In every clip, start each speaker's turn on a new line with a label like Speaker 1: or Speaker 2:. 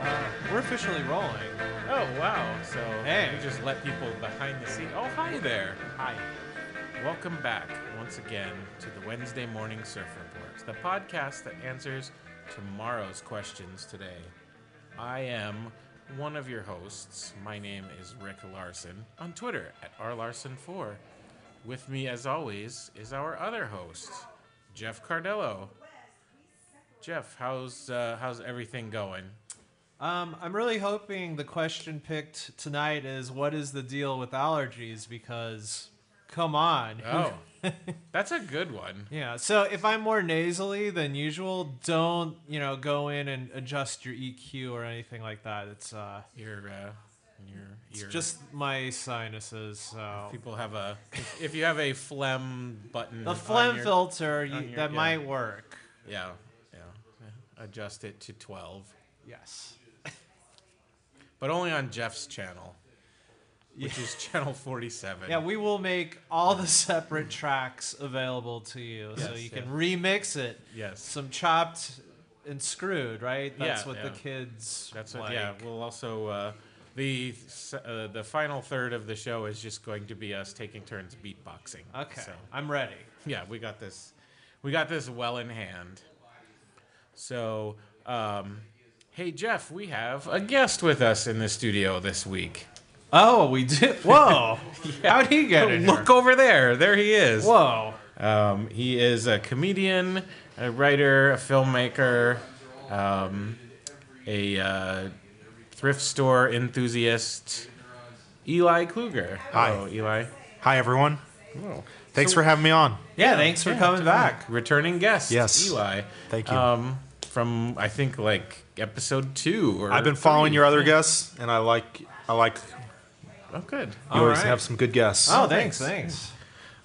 Speaker 1: uh, officially rolling.
Speaker 2: Oh wow! So
Speaker 1: Hey.
Speaker 2: you just let people behind the scene. Oh hi there!
Speaker 1: Hi.
Speaker 2: Welcome back once again to the Wednesday Morning Surf Reports, the podcast that answers tomorrow's questions today. I am one of your hosts. My name is Rick Larson on Twitter at rlarson4. With me, as always, is our other host, Jeff Cardello. Jeff, how's uh, how's everything going?
Speaker 1: Um, I'm really hoping the question picked tonight is what is the deal with allergies? Because, come on. who-
Speaker 2: Oh, that's a good one.
Speaker 1: Yeah. So if I'm more nasally than usual, don't you know go in and adjust your EQ or anything like that. It's uh,
Speaker 2: Your uh, your
Speaker 1: it's
Speaker 2: your
Speaker 1: just my sinuses. So
Speaker 2: People have a if, if you have a phlegm button.
Speaker 1: the
Speaker 2: on
Speaker 1: phlegm
Speaker 2: your-
Speaker 1: filter you,
Speaker 2: on your-
Speaker 1: that
Speaker 2: yeah.
Speaker 1: might work.
Speaker 2: Yeah, yeah. yeah. Adjust it to twelve,
Speaker 1: Yes.
Speaker 2: but only on Jeff's channel, which is channel forty-seven.
Speaker 1: Yeah, we will make all the separate tracks available to you, so
Speaker 2: Yes,
Speaker 1: you
Speaker 2: yeah.
Speaker 1: can remix it.
Speaker 2: Yes.
Speaker 1: Some chopped and screwed, right? That's
Speaker 2: Yeah,
Speaker 1: what the
Speaker 2: yeah.
Speaker 1: kids.
Speaker 2: That's
Speaker 1: like.
Speaker 2: what, yeah. We'll also uh, the s- uh, the final third of the show is just going to be us taking turns beatboxing.
Speaker 1: Okay,
Speaker 2: So.
Speaker 1: I'm ready.
Speaker 2: yeah, we got this. We got this well in hand. So, um, hey Jeff, we have a guest with us in the studio this week.
Speaker 1: Oh, we did. Whoa! How'd he get it?
Speaker 2: Look over there. There he is.
Speaker 1: Whoa!
Speaker 2: Um, he is a comedian, a writer, a filmmaker, um, a uh, thrift store enthusiast. Eli Kluger.
Speaker 3: Hi.
Speaker 2: Hello, Eli.
Speaker 3: Hi, everyone. Thanks for having me on.
Speaker 1: Yeah, thanks for coming back.
Speaker 2: Returning guest.
Speaker 3: Yes.
Speaker 2: Eli.
Speaker 3: Thank you.
Speaker 2: Um, from I think like episode two or.
Speaker 3: I've been following your other guests, and I like I like you
Speaker 2: Oh, good.
Speaker 1: All
Speaker 3: always
Speaker 1: right.
Speaker 3: have some good guests.
Speaker 1: Oh, thanks, thanks.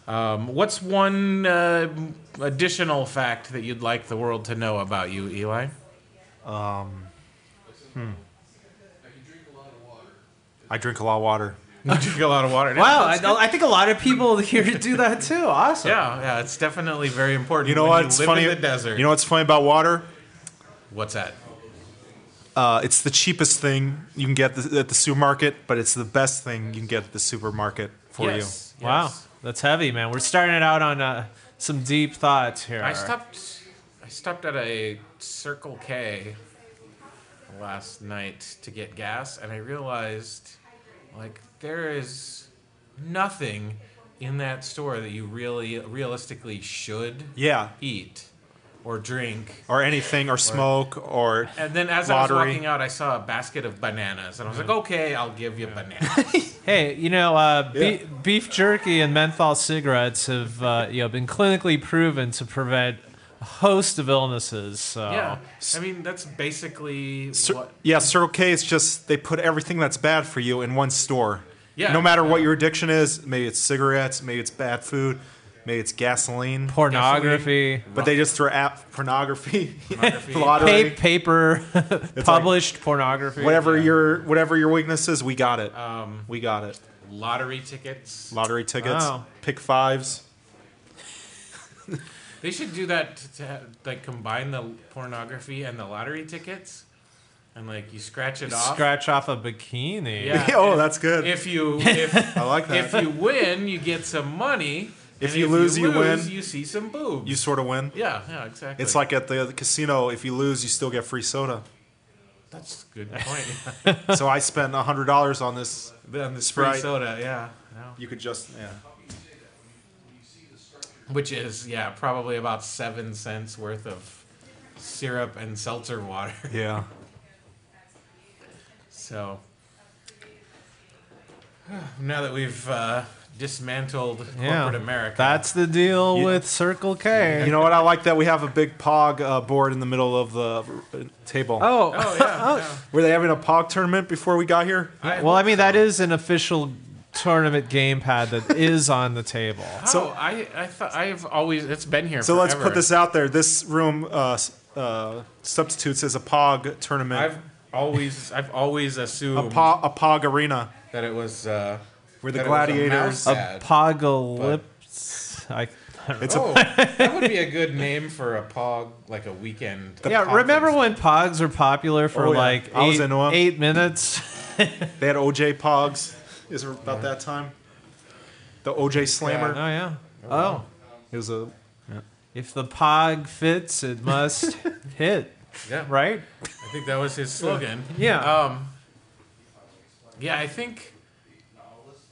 Speaker 2: Um, what's one uh, additional fact that you'd like the world to know about you, Eli?
Speaker 3: I drink a lot of water.
Speaker 2: You drink a lot of water.
Speaker 1: Wow, I, I think a lot of people here do that too. Awesome.
Speaker 2: Yeah, yeah, it's definitely very important.
Speaker 3: You know
Speaker 2: when
Speaker 3: what? It's
Speaker 2: live
Speaker 3: funny.
Speaker 2: in the desert.
Speaker 3: You know what's funny about water?
Speaker 2: what's that?
Speaker 3: Uh, it's the cheapest thing you can get th- at the supermarket, but it's the best thing you can get at the supermarket for
Speaker 2: Yes,
Speaker 1: Wow,
Speaker 2: yes.
Speaker 1: that's heavy, man. We're starting it out on uh, some deep thoughts here.
Speaker 2: I stopped. I stopped at a Circle K last night to get gas, and I realized, like, there is nothing in that store that you really, realistically should
Speaker 3: you. Yeah.
Speaker 2: eat or drink.
Speaker 3: Or anything, or smoke, or
Speaker 2: And then as I was
Speaker 3: Lottery. Mm.
Speaker 2: walking out, I saw a basket of bananas, and I was like, okay, I'll give you bananas.
Speaker 1: Hey, you know, uh, be-
Speaker 3: Yeah.
Speaker 1: beef jerky and menthol cigarettes have uh, you know been clinically proven to prevent a host of illnesses.
Speaker 3: Oh.
Speaker 1: So
Speaker 2: yeah, I mean that's basically
Speaker 3: Cir-
Speaker 2: what.
Speaker 3: yeah, Circle K is just they put everything that's bad for you in one store.
Speaker 2: Yeah.
Speaker 3: No matter what your addiction is, maybe it's cigarettes, maybe it's bad food, maybe it's gasoline,
Speaker 1: pornography,
Speaker 3: but they just throw app pornography,
Speaker 2: Pornography.
Speaker 3: lottery,
Speaker 1: pa- paper, published pornography,
Speaker 3: whatever your whatever your weakness is, we got it.
Speaker 2: Um,
Speaker 3: we got it.
Speaker 2: lottery tickets.
Speaker 3: Lottery tickets,
Speaker 2: oh.
Speaker 1: Wow.
Speaker 3: pick fives.
Speaker 2: They should do that to, to have, like combine the pornography and the lottery tickets, and like you scratch it off.
Speaker 1: Scratch off a bikini.
Speaker 2: Yeah.
Speaker 3: oh,
Speaker 2: if-
Speaker 3: that's good.
Speaker 2: If you if
Speaker 3: I like that.
Speaker 2: if you win, you get some money.
Speaker 3: If
Speaker 2: and
Speaker 3: you lose, you
Speaker 2: lose,
Speaker 3: win.
Speaker 2: You see some boobs.
Speaker 3: you sort of win.
Speaker 2: yeah, yeah, exactly.
Speaker 3: It's like at the, the casino. If you lose, you still get free soda.
Speaker 2: that's a good point.
Speaker 3: so I spent hundred dollars on this.
Speaker 2: then the
Speaker 3: Sprite.
Speaker 2: free soda, yeah, yeah.
Speaker 3: You could just yeah.
Speaker 2: which is yeah probably about seven cents worth of syrup and seltzer water.
Speaker 3: Yeah.
Speaker 2: So now that we've uh, dismantled
Speaker 1: Yeah.
Speaker 2: corporate America,
Speaker 1: That's the deal
Speaker 3: You-
Speaker 1: with Circle K.
Speaker 3: You know what? I like that we have a big POG uh, board in the middle of the uh, table.
Speaker 1: oh,
Speaker 2: oh yeah, yeah.
Speaker 3: Were they having a POG tournament before we got here?
Speaker 2: I,
Speaker 1: well, I mean that is an official tournament gamepad that is on the table.
Speaker 2: so oh, I I thought I've always it's been here.
Speaker 3: So let's
Speaker 2: forever.
Speaker 3: put this out there. This room uh, s- uh, substitutes as a POG tournament,
Speaker 2: I've always I've always
Speaker 3: a,
Speaker 2: assumed
Speaker 3: po- a POG arena.
Speaker 2: that it was uh,
Speaker 3: Where
Speaker 2: that
Speaker 3: the
Speaker 2: it was a
Speaker 3: gladiators-
Speaker 2: mouse ad.
Speaker 1: Apocalypse. I,
Speaker 3: It's
Speaker 2: Oh, that would be a good name for a pog, like a weekend.
Speaker 1: yeah,
Speaker 2: pog
Speaker 1: remember
Speaker 2: thing.
Speaker 1: when pogs were popular for
Speaker 3: Oh, yeah.
Speaker 1: like eight,
Speaker 3: I was into 'em.
Speaker 1: eight minutes?
Speaker 3: a, they had OJ Pogs. Is it about that time? The OJ
Speaker 1: oh,
Speaker 3: Slammer.
Speaker 1: yeah. Oh.
Speaker 3: It was a
Speaker 1: If the pog fits, it must hit,
Speaker 2: Yeah, right.
Speaker 1: right?
Speaker 2: I think that was his slogan.
Speaker 1: Yeah.
Speaker 2: Um, yeah, I think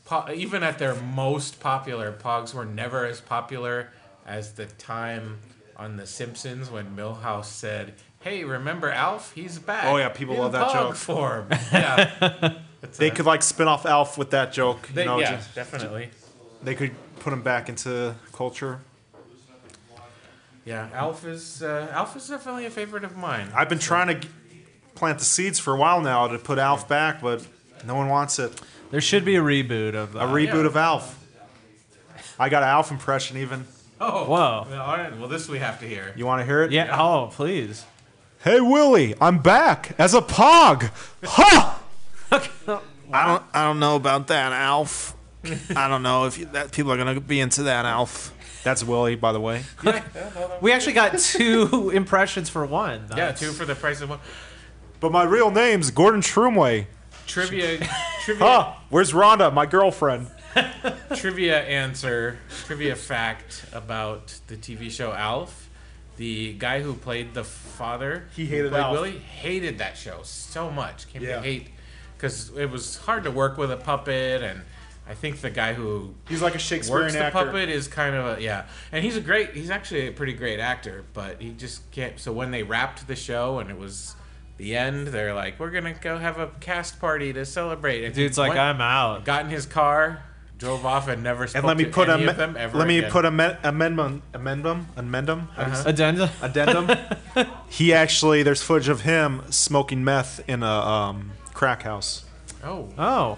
Speaker 2: po- even at their most popular, Pogs were never as popular as the time on The Simpsons when Milhouse said, "Hey, remember Alf? He's back."
Speaker 3: Oh, yeah, people
Speaker 2: in
Speaker 3: love that
Speaker 2: Pog
Speaker 3: joke.
Speaker 2: Form. Yeah, It's
Speaker 3: They
Speaker 2: a-
Speaker 3: could like spin off Alf with that joke. You
Speaker 2: They,
Speaker 3: know,
Speaker 2: yeah,
Speaker 3: just-
Speaker 2: definitely.
Speaker 3: they could put him back into culture.
Speaker 2: Yeah, Alf is uh, Alf is definitely a favorite of mine.
Speaker 3: I've been trying to g- plant the seeds for a while now to put Alf back, but no one wants it.
Speaker 1: There should be a reboot of
Speaker 3: A
Speaker 1: that.
Speaker 3: reboot
Speaker 2: Uh, yeah.
Speaker 3: of Alf. I got an Alf impression. Even
Speaker 2: Oh,
Speaker 1: Whoa.
Speaker 2: Well, all right. Well, this we have to hear.
Speaker 3: you want to hear it?
Speaker 1: yeah. Oh, please.
Speaker 3: Hey Willie, I'm back as a Pog. Ha! I don't. I don't know about that Alf. I don't know if you, that people are gonna be into that Alf. That's Willie, by the way.
Speaker 1: We actually got two impressions for one.
Speaker 2: Yeah, two for the price of one.
Speaker 3: But my real name's Gordon Shroomway.
Speaker 2: Trivia, trivia
Speaker 3: Ah, where's Rhonda, my girlfriend?
Speaker 2: trivia answer, trivia fact about the TV show Alf. The guy who played the father,
Speaker 3: He
Speaker 2: who
Speaker 3: hated
Speaker 2: played
Speaker 3: Alf.
Speaker 2: Willie, hated that show so much. Came
Speaker 3: Yeah.
Speaker 2: to hate because it was hard to work with a puppet, and I think the guy who
Speaker 3: He's like a
Speaker 2: works
Speaker 3: Shakespearean
Speaker 2: the
Speaker 3: actor.
Speaker 2: puppet is kind of a yeah, and he's a great. He's actually a pretty great actor, but he just can't. So when they wrapped the show and it was the end, they're like, "We're gonna go have a cast party to celebrate." And he
Speaker 1: Dude's like,
Speaker 2: went-
Speaker 1: I'm out.
Speaker 2: got in his car, drove off, and never spoke
Speaker 3: And let me
Speaker 2: to
Speaker 3: put
Speaker 2: any
Speaker 3: a
Speaker 2: of them ever
Speaker 3: let me
Speaker 2: again. Uh-huh.
Speaker 3: put a men- amendment amendum amendum How do you say-
Speaker 1: Addenda.
Speaker 3: addendum. he actually there's footage of him smoking meth in a um, crack house.
Speaker 2: Oh,
Speaker 1: Oh,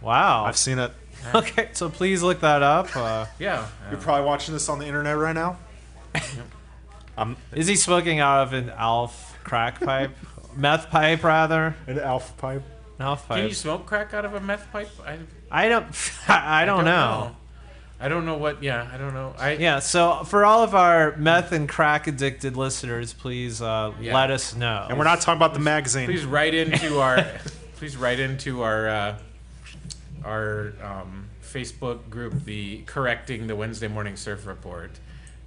Speaker 1: wow.
Speaker 3: I've seen it.
Speaker 1: okay, so please look that up. Uh,
Speaker 2: yeah.
Speaker 3: You're probably watching this on the internet right now.
Speaker 1: is he smoking out of an Alf crack pipe? Meth pipe, rather.
Speaker 3: An alpha pipe.
Speaker 1: Alf
Speaker 2: Can
Speaker 1: pipe.
Speaker 2: you smoke crack out of a meth pipe? I, I don't,
Speaker 1: I don't. I don't, know.
Speaker 2: I don't know what. Yeah, I don't know. I
Speaker 1: Yeah, so for all of our meth and crack addicted listeners, please uh,
Speaker 2: Yeah.
Speaker 1: let us know.
Speaker 3: And we're not talking about the magazine.
Speaker 2: please write into our please write into our uh, our um, Facebook group, the correcting the Wednesday morning surf report,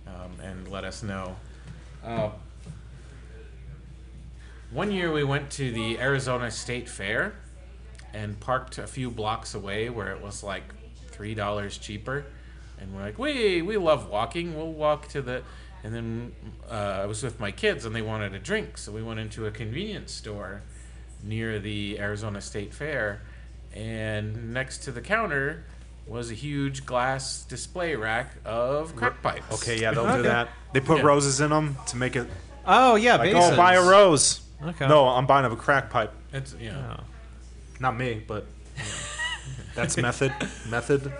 Speaker 2: um, and let us know. Uh, one year we went to the Arizona State Fair and parked a few blocks away where it was like three dollars cheaper, and we're like, we we love walking. We'll walk to the. And then uh, I was with my kids, and they wanted a drink, so we went into a convenience store near the Arizona State Fair, and next to the counter was a huge glass display rack of crack pipes.
Speaker 3: okay, yeah, they'll do
Speaker 1: Okay.
Speaker 3: that. They put
Speaker 2: Yeah.
Speaker 3: roses in them to make it
Speaker 1: Oh yeah,
Speaker 3: like,
Speaker 1: bases.
Speaker 3: oh, buy a rose.
Speaker 1: Okay.
Speaker 3: No, I'm buying a crack pipe.
Speaker 2: It's, yeah.
Speaker 3: Not me, but you know. that's method method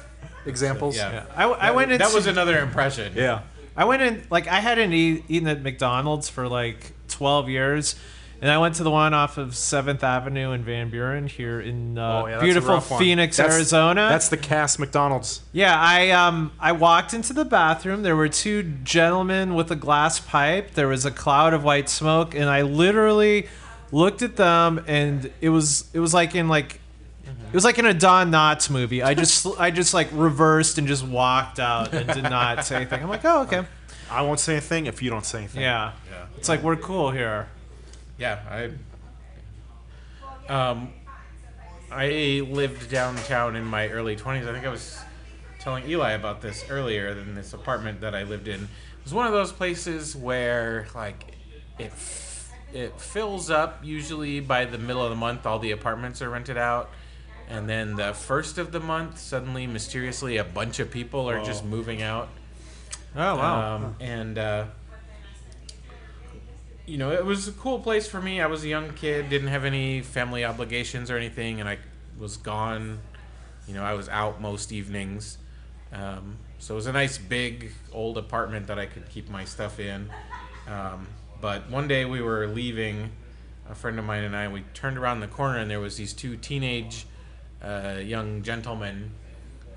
Speaker 3: examples.
Speaker 2: Yeah.
Speaker 1: Yeah. I, I went into
Speaker 2: That was another impression.
Speaker 3: Yeah.
Speaker 1: I went in like I hadn't e- eaten at McDonald's for like 12 years, and I went to the one off of Seventh Avenue in Van Buren here in uh,
Speaker 3: Oh, yeah, that's a
Speaker 1: beautiful
Speaker 3: rough one.
Speaker 1: Phoenix,
Speaker 3: That's-
Speaker 1: Arizona.
Speaker 3: That's the cast McDonald's.
Speaker 1: yeah. I um I walked into the bathroom. There were two gentlemen with a glass pipe. There was a cloud of white smoke, and I literally looked at them, and it was it was like in like. It was like in a Don Knotts movie. I just, I just like reversed and just walked out and did not say anything. I'm like, oh, okay.
Speaker 3: I won't say anything if you don't say anything.
Speaker 1: Yeah.
Speaker 2: Yeah.
Speaker 1: It's like we're cool here.
Speaker 2: Yeah, I. Um, I lived downtown in my early twenties. I think I was telling Eli about this earlier. Than this apartment that I lived in it was one of those places where like it f- it fills up usually by the middle of the month. All the apartments are rented out. And then the first of the month, suddenly, mysteriously, a bunch of people are just moving out.
Speaker 1: Oh wow.
Speaker 2: Um, and uh, you know, it was a cool place for me. I was a young kid, didn't have any family obligations or anything, and I was gone. You know, I was out most evenings. Um, so it was a nice big old apartment that I could keep my stuff in. Um, but one day we were leaving, a friend of mine and I. We turned around the corner and there was these two teenage, uh, young gentlemen,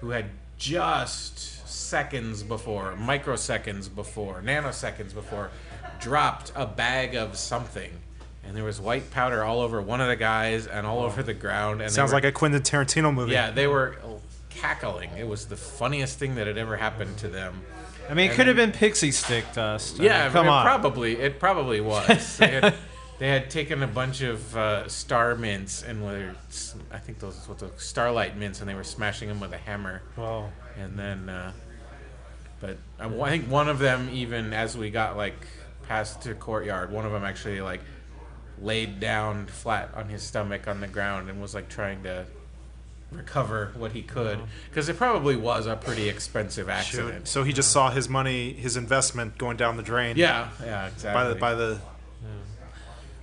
Speaker 2: who had just seconds before, microseconds before, nanoseconds before, dropped a bag of something. And there was white powder all over one of the guys and all over the ground. And they
Speaker 3: Sounds
Speaker 2: were-
Speaker 3: like a Quentin Tarantino movie.
Speaker 2: yeah, they were cackling. It was the funniest thing that had ever happened to them.
Speaker 1: I mean, it could have been pixie stick dust. I mean,
Speaker 2: Yeah,
Speaker 1: come
Speaker 2: it
Speaker 1: on.
Speaker 2: probably it probably was. they, had, they had taken a bunch of uh, star mints and were s- I think those what the starlight mints, and they were smashing them with a hammer.
Speaker 1: Well,
Speaker 2: And then, uh, but I, I think one of them even as we got like past the courtyard, one of them actually like laid down flat on his stomach on the ground and was like trying to recover what he could because it probably was a pretty expensive accident.
Speaker 3: Shoot. So he just saw his money, his investment going down the drain.
Speaker 2: Yeah, yeah, exactly.
Speaker 3: By the by the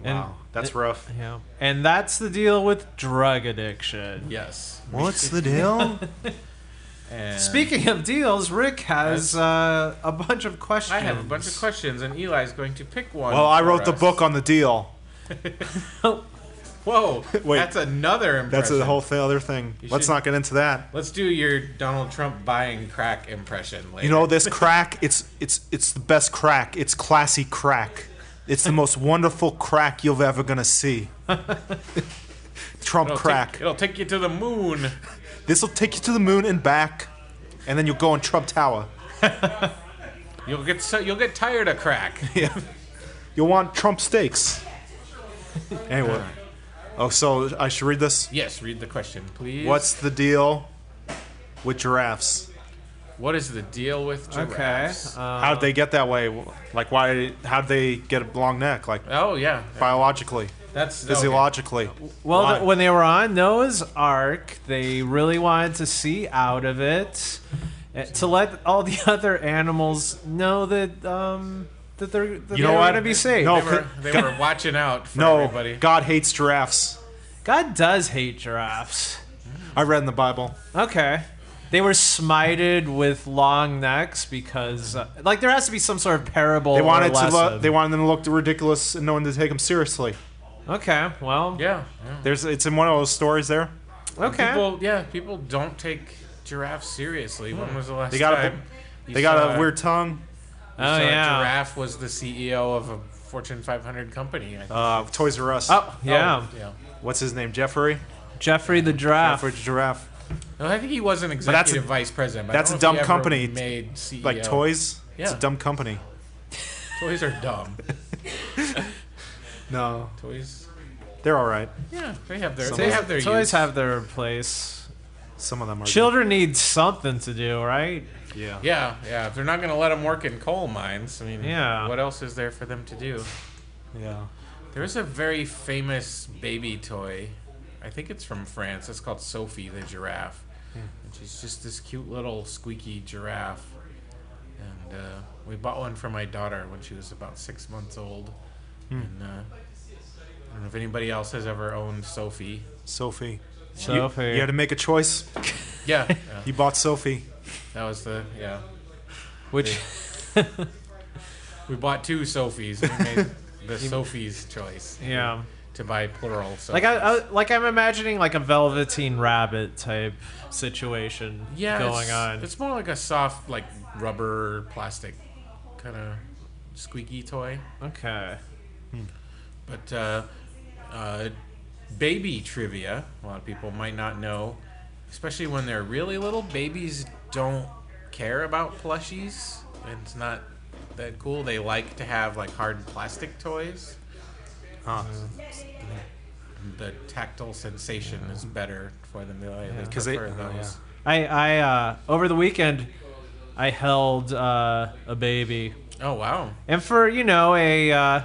Speaker 1: and,
Speaker 3: wow, that's rough.
Speaker 1: yeah. and that's the deal with drug addiction.
Speaker 2: yes.
Speaker 3: What's the deal?
Speaker 2: And
Speaker 1: Speaking of deals, Rick has uh, a bunch of questions.
Speaker 2: I have a bunch of questions, and Eli's going to pick one.
Speaker 3: well, I
Speaker 2: for
Speaker 3: wrote the
Speaker 2: us.
Speaker 3: book on the deal.
Speaker 2: Whoa,
Speaker 3: Wait.
Speaker 2: that's another impression.
Speaker 3: That's the whole th- other thing.
Speaker 2: You
Speaker 3: Let's
Speaker 2: should-
Speaker 3: not get into that.
Speaker 2: Let's do your Donald Trump buying crack impression later.
Speaker 3: You know this crack? It's it's it's the best crack. It's classy crack. It's the most wonderful crack you're ever gonna see. Trump
Speaker 2: It'll
Speaker 3: crack.
Speaker 2: Take, it'll take you to the moon.
Speaker 3: This will take you to the moon and back, and then you'll go on Trump Tower.
Speaker 2: You'll get so you'll get tired of crack.
Speaker 3: You'll want Trump steaks. anyway. Oh, so I should read this.
Speaker 2: yes, read the question, please.
Speaker 3: What's the deal with giraffes?
Speaker 2: what is the deal with
Speaker 1: Okay.
Speaker 2: giraffes?
Speaker 1: Uh,
Speaker 3: How'd they get that way? Like, why? How'd they get a long neck? Like,
Speaker 2: oh yeah,
Speaker 3: biologically,
Speaker 2: that's okay.
Speaker 3: physiologically.
Speaker 1: well,
Speaker 3: Why?
Speaker 1: th- when they were on Noah's Ark, they really wanted to see out of it uh, to let all the other animals know that um, that they're that
Speaker 3: You
Speaker 1: they're
Speaker 3: know what?
Speaker 1: gonna be safe.
Speaker 3: No.
Speaker 2: They were, they were watching out for
Speaker 3: no,
Speaker 2: everybody.
Speaker 3: God hates giraffes.
Speaker 1: God does hate giraffes.
Speaker 3: I read in the Bible.
Speaker 1: Okay. They were smited with long necks because, uh, like, there has to be some sort of parable.
Speaker 3: They wanted
Speaker 1: or
Speaker 3: to. Lo-
Speaker 1: lesson.
Speaker 3: they wanted them to look ridiculous and no one to take them seriously.
Speaker 1: okay. Well.
Speaker 2: Yeah, yeah.
Speaker 3: There's. It's in one of those stories there.
Speaker 1: Okay.
Speaker 2: People, yeah, people don't take giraffes seriously. When was the last
Speaker 3: Hmm. They got a-
Speaker 2: time? you
Speaker 3: They got
Speaker 2: saw
Speaker 3: a weird tongue.
Speaker 1: oh
Speaker 2: So
Speaker 1: yeah.
Speaker 2: Giraffe was the CEO of a Fortune 500 company. I think.
Speaker 3: Uh, Toys R Us.
Speaker 1: Oh yeah.
Speaker 2: yeah.
Speaker 3: What's his name? Jeffrey.
Speaker 1: Jeffrey the
Speaker 2: Ah.
Speaker 1: giraffe.
Speaker 3: Jeffrey Giraffe.
Speaker 2: No, I think he was an executive
Speaker 3: that's a-
Speaker 2: vice president. but I
Speaker 3: that's
Speaker 2: don't know
Speaker 3: a
Speaker 2: if
Speaker 3: dumb
Speaker 2: he ever
Speaker 3: company.
Speaker 2: Made E CEO.
Speaker 3: Like toys. It's a
Speaker 2: Yeah.
Speaker 3: dumb company.
Speaker 2: Toys are dumb.
Speaker 3: No,
Speaker 2: toys.
Speaker 3: they're all right.
Speaker 2: Yeah, they have their.
Speaker 3: Some
Speaker 2: They
Speaker 3: of-
Speaker 2: have their.
Speaker 1: Toys
Speaker 2: use.
Speaker 1: have their place.
Speaker 3: Some of them are.
Speaker 1: Children need something to do, right?
Speaker 3: good. Yeah.
Speaker 2: Yeah, yeah. If they're not going to let them work in coal mines, I mean,
Speaker 1: Yeah.
Speaker 2: What else is there for them to do?
Speaker 3: Yeah.
Speaker 2: There is a very famous baby toy. I think it's from France. It's called Sophie the giraffe.
Speaker 1: Hmm.
Speaker 2: And she's just this cute little squeaky giraffe. And uh, we bought one for my daughter when she was about six months old.
Speaker 1: Hmm.
Speaker 2: And uh, I don't know if anybody else has ever owned Sophie.
Speaker 3: Sophie. You-
Speaker 1: So
Speaker 3: You, had to make a choice.
Speaker 2: Yeah, yeah,
Speaker 3: You bought Sophie.
Speaker 2: that was the yeah.
Speaker 1: which
Speaker 2: We bought two Sophies. And we made the Sophie's choice
Speaker 1: yeah.
Speaker 2: to buy plural. Sophies.
Speaker 1: Like I, I like I'm imagining like a velveteen rabbit type situation
Speaker 2: yeah,
Speaker 1: going
Speaker 2: it's,
Speaker 1: on.
Speaker 2: It's more like a soft, like rubber, plastic, kind of squeaky toy.
Speaker 1: okay.
Speaker 2: But uh, uh, baby trivia, a lot of people might not know, especially when they're really little. Babies don't care about plushies. and It's not that cool. They like to have like hard plastic toys.
Speaker 3: Huh.
Speaker 2: The tactile sensation is better for them. They, like- they
Speaker 3: 'Cause they-
Speaker 2: prefer
Speaker 3: oh,
Speaker 2: those.
Speaker 1: I I uh, over the weekend, I held uh, a baby,
Speaker 2: Oh wow!
Speaker 1: and for you know a uh,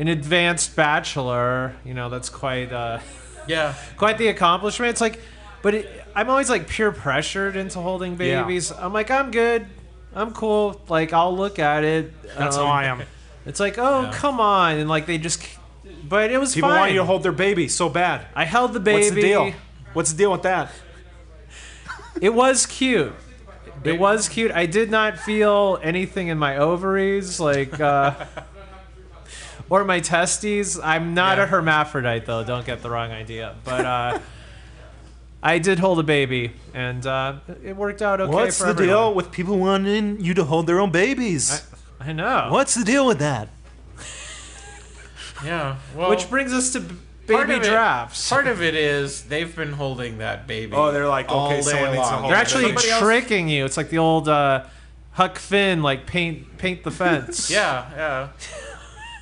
Speaker 1: an advanced bachelor, you know that's quite uh,
Speaker 2: Yeah,
Speaker 1: quite the accomplishment. It's like, but it, I'm always like peer pressured into holding
Speaker 3: Yeah.
Speaker 1: babies. I'm like I'm good, I'm cool. Like I'll look at it.
Speaker 3: That's
Speaker 1: um,
Speaker 3: how I am.
Speaker 1: It's like oh
Speaker 2: Yeah.
Speaker 1: come on, and like they just, c- but it was
Speaker 3: People
Speaker 1: fine.
Speaker 3: want you to hold their baby so bad.
Speaker 1: I held the baby.
Speaker 3: What's the deal? What's the deal with that?
Speaker 1: It was cute. It was cute. I did not feel anything in my ovaries, like, uh, or my testes. I'm not
Speaker 2: Yeah.
Speaker 1: a hermaphrodite, though. Don't get the wrong idea. But uh, I did hold a baby, and uh, it worked out okay.
Speaker 4: What's
Speaker 1: for
Speaker 4: the
Speaker 1: everyone.
Speaker 4: deal with people wanting you to hold their own babies?
Speaker 1: I know.
Speaker 4: What's the deal with that?
Speaker 2: Yeah. Well,
Speaker 1: Which brings us to b-
Speaker 2: part
Speaker 1: baby
Speaker 2: of it-
Speaker 1: drafts.
Speaker 2: part of it is they've been holding that baby.
Speaker 3: Oh, they're like,
Speaker 2: all
Speaker 3: okay, someone
Speaker 2: day
Speaker 3: needs to
Speaker 2: long.
Speaker 3: hold
Speaker 1: They're actually
Speaker 2: Somebody else-
Speaker 1: tricking you. It's like the old uh, Huck Finn, like paint paint the fence.
Speaker 2: Yeah, yeah.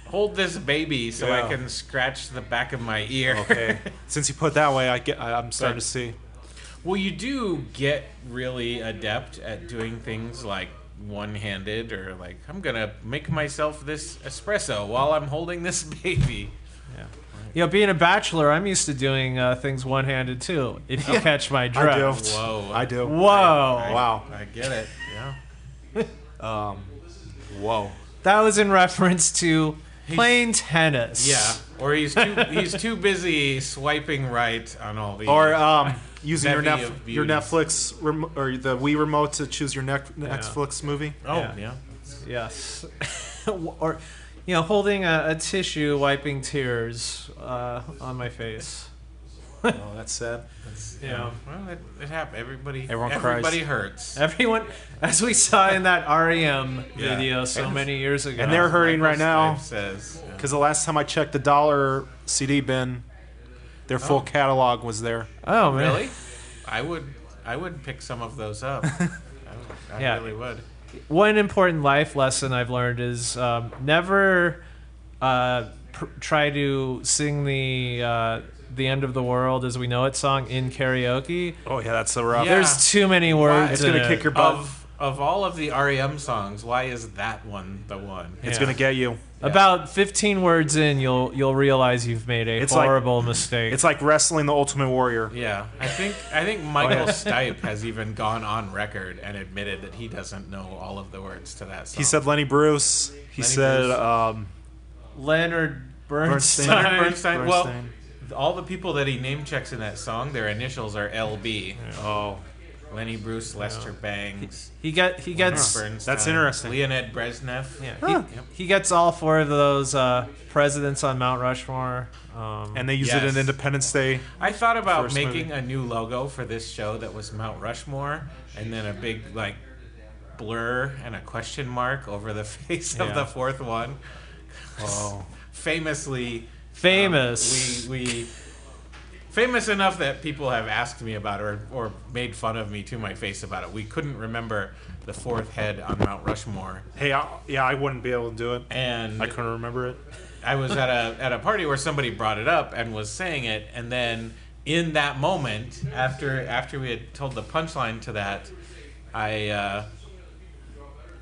Speaker 2: Hold this baby so I
Speaker 3: Yeah.
Speaker 2: can scratch the back of my ear.
Speaker 3: Okay. Since you put it that way, I get. I, I'm starting to see.
Speaker 2: Well, you do get really adept at doing things like one-handed or like I'm going to make myself this espresso while I'm holding this baby.
Speaker 1: You know, being a bachelor, I'm used to doing uh, things one handed too. If you catch my
Speaker 3: I
Speaker 1: drift.
Speaker 3: do.
Speaker 2: Whoa.
Speaker 3: I do.
Speaker 1: Whoa.
Speaker 3: Oh, Wow.
Speaker 2: I get it. Yeah.
Speaker 3: Whoa.
Speaker 1: That was in reference to playing tennis.
Speaker 2: Yeah. Or he's too he's too busy swiping right on all these.
Speaker 3: Or um, using your
Speaker 2: Bevy
Speaker 3: Nef-
Speaker 2: of
Speaker 3: your
Speaker 2: beauties.
Speaker 3: Netflix remo- or the Wii remote to choose your nec- Netflix movie.
Speaker 2: oh,
Speaker 1: yeah.
Speaker 2: yeah.
Speaker 1: Yes. or, you know, holding a, a tissue, wiping tears uh, on my face.
Speaker 3: Oh, that's sad.
Speaker 1: Yeah.
Speaker 2: Well, it, it happened. Everybody
Speaker 4: Everyone cries.
Speaker 2: everybody hurts.
Speaker 1: Everyone, as we saw in that REM
Speaker 2: Yeah.
Speaker 1: video so many years ago.
Speaker 3: And they're hurting right now
Speaker 2: Stipe says. yeah.
Speaker 3: because the last time I checked the dollar CD bin, their full catalog was there.
Speaker 1: Oh, man.
Speaker 2: Really? I would I would pick some of those up. I, would- I
Speaker 1: Yeah.
Speaker 2: really would.
Speaker 1: One important life lesson I've learned is um, never uh, pr- try to sing the uh, the end of the world as we know it song in karaoke.
Speaker 3: Oh yeah, that's so rough.
Speaker 2: Yeah.
Speaker 1: There's too many words.
Speaker 3: It's
Speaker 1: in
Speaker 3: gonna
Speaker 1: it.
Speaker 3: kick your butt.
Speaker 2: Of of all of the REM songs, why is that one the one?
Speaker 3: It's
Speaker 1: Yeah.
Speaker 3: gonna get you.
Speaker 1: About 15 words in, you'll you'll realize you've made a
Speaker 3: It's like-
Speaker 1: horrible mistake.
Speaker 3: It's like wrestling the Ultimate Warrior.
Speaker 2: Yeah, I think I
Speaker 3: Oh,
Speaker 2: think Michael Stipe has even gone on record and admitted that he doesn't know all of the words to that song.
Speaker 3: He said Lenny Bruce. He
Speaker 2: Lenny
Speaker 3: said
Speaker 2: Bruce.
Speaker 3: um,
Speaker 1: Leonard Bernstein.
Speaker 3: Bernstein.
Speaker 2: Bernstein. Well,
Speaker 3: Bernstein.
Speaker 2: all the people that he name checks in that song, their initials are LB.
Speaker 3: oh,
Speaker 2: Lenny Bruce, Lester Bangs.
Speaker 1: He got he gets
Speaker 2: Bernstein,
Speaker 3: that's interesting.
Speaker 2: Leonid Brezhnev.
Speaker 1: yeah, he, he gets all four of those uh, presidents on Mount Rushmore. Um,
Speaker 3: and they used it
Speaker 2: Yes.
Speaker 3: in Independence Day.
Speaker 2: I thought about
Speaker 3: First
Speaker 2: making
Speaker 3: movie.
Speaker 2: a new logo for this show that was Mount Rushmore and then a big like blur and a question mark over the face
Speaker 1: Yeah.
Speaker 2: of the fourth one. Famously
Speaker 1: famous.
Speaker 2: we we famous enough that people have asked me about it or, or made fun of me to my face about it. We couldn't remember the fourth head on Mount Rushmore.
Speaker 3: Hey, I, yeah, I wouldn't be able to do it.
Speaker 2: And
Speaker 3: I couldn't remember it.
Speaker 2: I was at a at a party where somebody brought it up and was saying it, and then in that moment, after after we had told the punchline to that, I uh,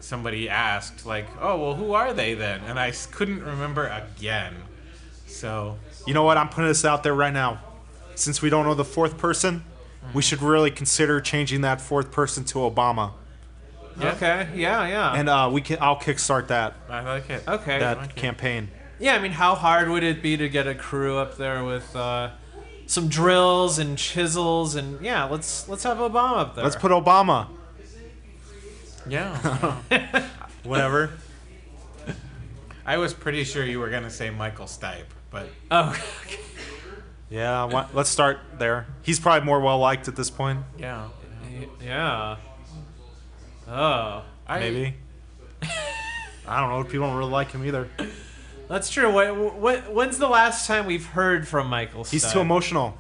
Speaker 2: somebody asked like, "Oh well, who are they then?" And I s- couldn't remember again. So
Speaker 3: You know what? I'm putting this out there right now. Since we don't know the fourth person, we should really consider changing that fourth person to Obama.
Speaker 2: yeah,
Speaker 1: okay, yeah, yeah.
Speaker 3: And uh, we can. I'll kickstart that
Speaker 2: I like it.
Speaker 1: okay.
Speaker 3: that campaign.
Speaker 1: yeah, I mean, how hard would it be to get a crew up there with uh, some drills and chisels and yeah, let's let's have Obama up there.
Speaker 3: Let's put Obama.
Speaker 2: Yeah,
Speaker 3: Whatever.
Speaker 2: I was pretty sure you were gonna say Michael Stipe, but
Speaker 1: oh,
Speaker 3: yeah. wha- Let's start there. He's probably more well liked at this point.
Speaker 2: yeah,
Speaker 1: yeah. Oh.
Speaker 2: I,
Speaker 3: Maybe. I don't know. People don't really like him either.
Speaker 1: That's true. What, what, when's the last time we've heard from Michael?
Speaker 3: He's
Speaker 1: Stipe?
Speaker 3: too emotional.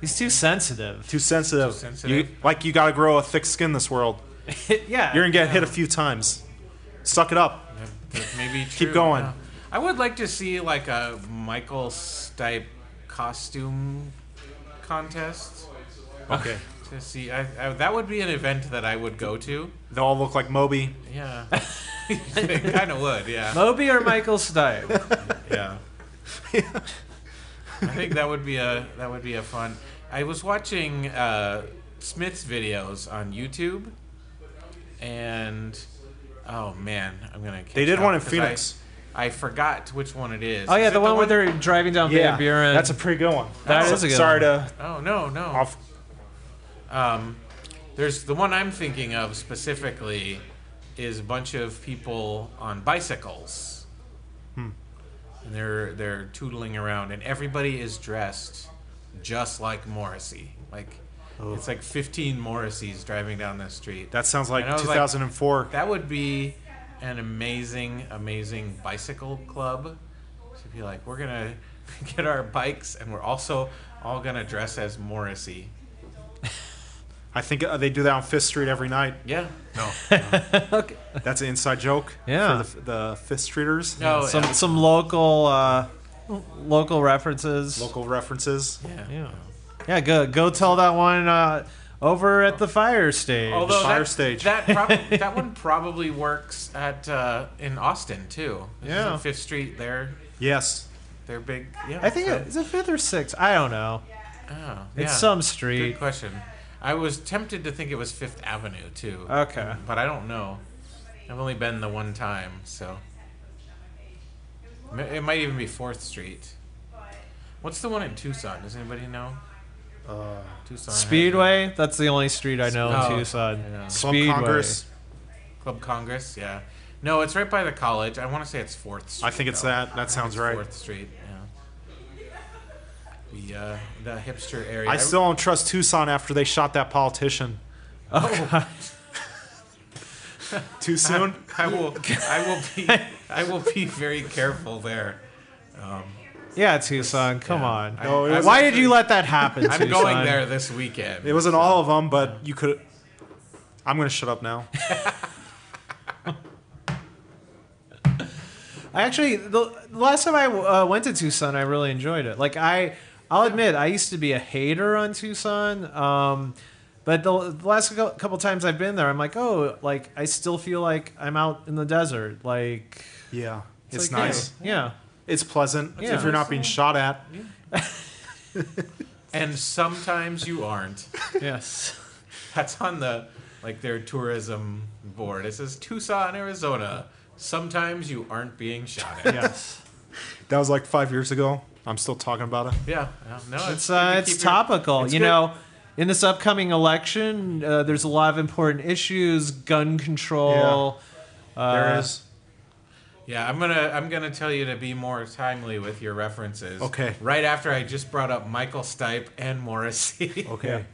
Speaker 1: He's too sensitive.
Speaker 3: Too sensitive.
Speaker 2: Too sensitive.
Speaker 3: You- like you got to grow a thick skin this world.
Speaker 1: yeah.
Speaker 3: You're gonna get hit a few times. Suck it up.
Speaker 2: That, that may be true,
Speaker 3: going.
Speaker 2: yeah. I would like to see like a Michael Stipe costume contest
Speaker 3: Okay.
Speaker 2: to see. I, I, that would be an event that I would go to.
Speaker 3: They all look like Moby.
Speaker 2: Yeah, they kind of would. Yeah,
Speaker 1: Moby or Michael Stipe?
Speaker 2: yeah. I think that would be a that would be a fun. I was watching uh, Smith's videos on YouTube, and oh man, I'm gonna. Catch
Speaker 3: They did
Speaker 2: up
Speaker 3: one in
Speaker 2: 'cause I-
Speaker 3: Phoenix.
Speaker 2: I, forgot which one it is.
Speaker 1: Oh yeah,
Speaker 2: Is
Speaker 1: the
Speaker 2: it
Speaker 1: one, where they're driving down Van Buren.
Speaker 3: that's a pretty good one.
Speaker 1: That
Speaker 3: That is
Speaker 1: is a good
Speaker 3: sorry
Speaker 1: one.
Speaker 3: to
Speaker 2: Oh no, no.
Speaker 3: off.
Speaker 2: Um, there's the one I'm thinking of specifically is a bunch of people on bicycles. And they're they're tootling around and everybody is dressed just like Morrissey. Like It's like 15 Morrisseys driving down the street.
Speaker 3: That sounds like
Speaker 2: And I was like-
Speaker 3: 2004.
Speaker 2: That would be an amazing, amazing bicycle club. To be like, we're gonna get our bikes, and we're also all gonna dress as Morrissey.
Speaker 3: I think uh, they do that on Fifth Street every night.
Speaker 2: Yeah. No.
Speaker 3: That's an inside joke.
Speaker 1: Yeah.
Speaker 3: For the, the Fifth Streeters.
Speaker 2: No.
Speaker 1: some
Speaker 2: yeah.
Speaker 1: some local uh, local references.
Speaker 3: Local references.
Speaker 2: Yeah.
Speaker 1: Yeah, yeah. Go go tell that one uh, over at the fire stage.
Speaker 2: Although
Speaker 3: Fire
Speaker 2: that,
Speaker 3: stage.
Speaker 2: that prob- that one probably works at uh, in Austin too. Isn't
Speaker 1: Yeah.
Speaker 2: Fifth Street. They're
Speaker 3: Yes.
Speaker 2: they're big. Yeah.
Speaker 1: I think
Speaker 2: so-
Speaker 1: it, is it fifth or sixth. I don't know.
Speaker 2: oh,
Speaker 1: It's
Speaker 2: yeah.
Speaker 1: some
Speaker 2: Good
Speaker 1: street.
Speaker 2: question. I was tempted to think it was Fifth Avenue too.
Speaker 1: Okay.
Speaker 2: But I don't know. I've only been the one time, so M- it might even be Fourth Street. What's the one in Tucson? Does anybody know?
Speaker 3: Uh,
Speaker 2: Tucson has
Speaker 1: Speedway. That's the only street I know
Speaker 2: Oh,
Speaker 1: in Tucson.
Speaker 2: I know.
Speaker 3: Club
Speaker 1: Speedway.
Speaker 3: Congress.
Speaker 2: a- Club Congress. Yeah. No, it's right by the college. I want to say it's Fourth. Street,
Speaker 3: I think it's
Speaker 2: though.
Speaker 3: that. That
Speaker 2: I think
Speaker 3: sounds
Speaker 2: it's
Speaker 3: right.
Speaker 2: Fourth Street. Yeah. The uh, the hipster area.
Speaker 3: I still don't trust Tucson after they shot that politician. Oh. Too soon?
Speaker 2: I will. I will be. I will be very careful there.
Speaker 1: Yeah, Tucson. Come
Speaker 2: Yeah.
Speaker 1: on.
Speaker 2: I-
Speaker 3: No, it
Speaker 2: I-
Speaker 3: was-
Speaker 1: Why did you let that happen?
Speaker 2: I'm
Speaker 1: Tucson?
Speaker 2: going there this weekend.
Speaker 3: It wasn't all of them, but you could. I'm going to shut up now.
Speaker 1: I actually the the last time I uh, went to Tucson, I really enjoyed it. Like I, I'll admit, I used to be a hater on Tucson, um, but the, the last cou- couple times I've been there, I'm like, oh, like I still feel like I'm out in the desert. Like
Speaker 3: Yeah. It's,
Speaker 1: like,
Speaker 3: nice.
Speaker 1: hey, Yeah,
Speaker 3: It's pleasant
Speaker 1: Yeah.
Speaker 3: if you're not being shot at.
Speaker 2: And sometimes you aren't.
Speaker 1: yes.
Speaker 2: That's on the like their tourism board. It says Tucson, Arizona. Sometimes you aren't being shot at. Yeah,
Speaker 3: Yes. that was like five years ago. I'm still talking about it.
Speaker 2: yeah. no, it's
Speaker 1: It's
Speaker 2: good
Speaker 1: uh,
Speaker 2: to
Speaker 1: it's
Speaker 2: keep your-
Speaker 1: topical.
Speaker 2: it's
Speaker 1: you
Speaker 2: good-
Speaker 1: know, in this upcoming election, uh, there's a lot of important issues: gun control. Uh,
Speaker 3: There is.
Speaker 2: Yeah, I'm gonna I'm gonna tell you to be more timely with your references.
Speaker 3: Okay.
Speaker 2: Right after I just brought up Michael Stipe and Morrissey.
Speaker 3: Okay.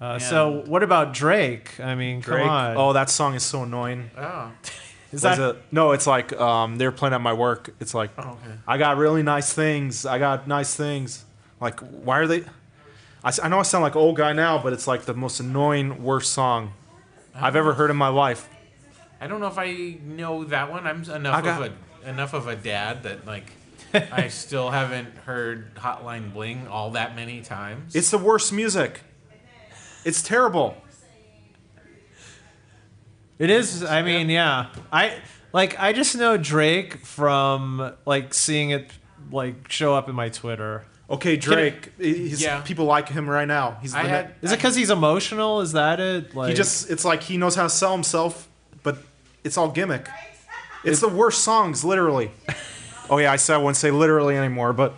Speaker 1: Uh, so, what about Drake? I mean,
Speaker 3: Drake.
Speaker 1: come on.
Speaker 3: Oh, that song is so annoying.
Speaker 2: oh.
Speaker 1: is
Speaker 3: Was
Speaker 1: that
Speaker 3: it- no, it's like um, they're playing at my work. It's like,
Speaker 2: Oh, okay.
Speaker 3: I got really nice things. I got nice things. Like, why are they? I, s- I know I sound like an old guy now, but it's like the most annoying, worst song I've ever heard in my life.
Speaker 2: I don't know if I know that one. I'm enough
Speaker 3: I got-
Speaker 2: of a enough of a dad that like I still haven't heard Hotline Bling all that many times.
Speaker 3: It's the worst music. It's terrible.
Speaker 1: It is. I mean, yeah. I like. I just know Drake from like seeing it like show up in my Twitter.
Speaker 3: Okay, Drake. he's,
Speaker 2: Yeah.
Speaker 3: People like him right now. He's the
Speaker 2: I
Speaker 3: ne-
Speaker 2: had
Speaker 1: Is it because he's emotional? Is that it? Like
Speaker 3: he just. It's like he knows how to sell himself, but it's all gimmick. It's the worst songs, literally. oh yeah, I said I wouldn't say literally anymore, but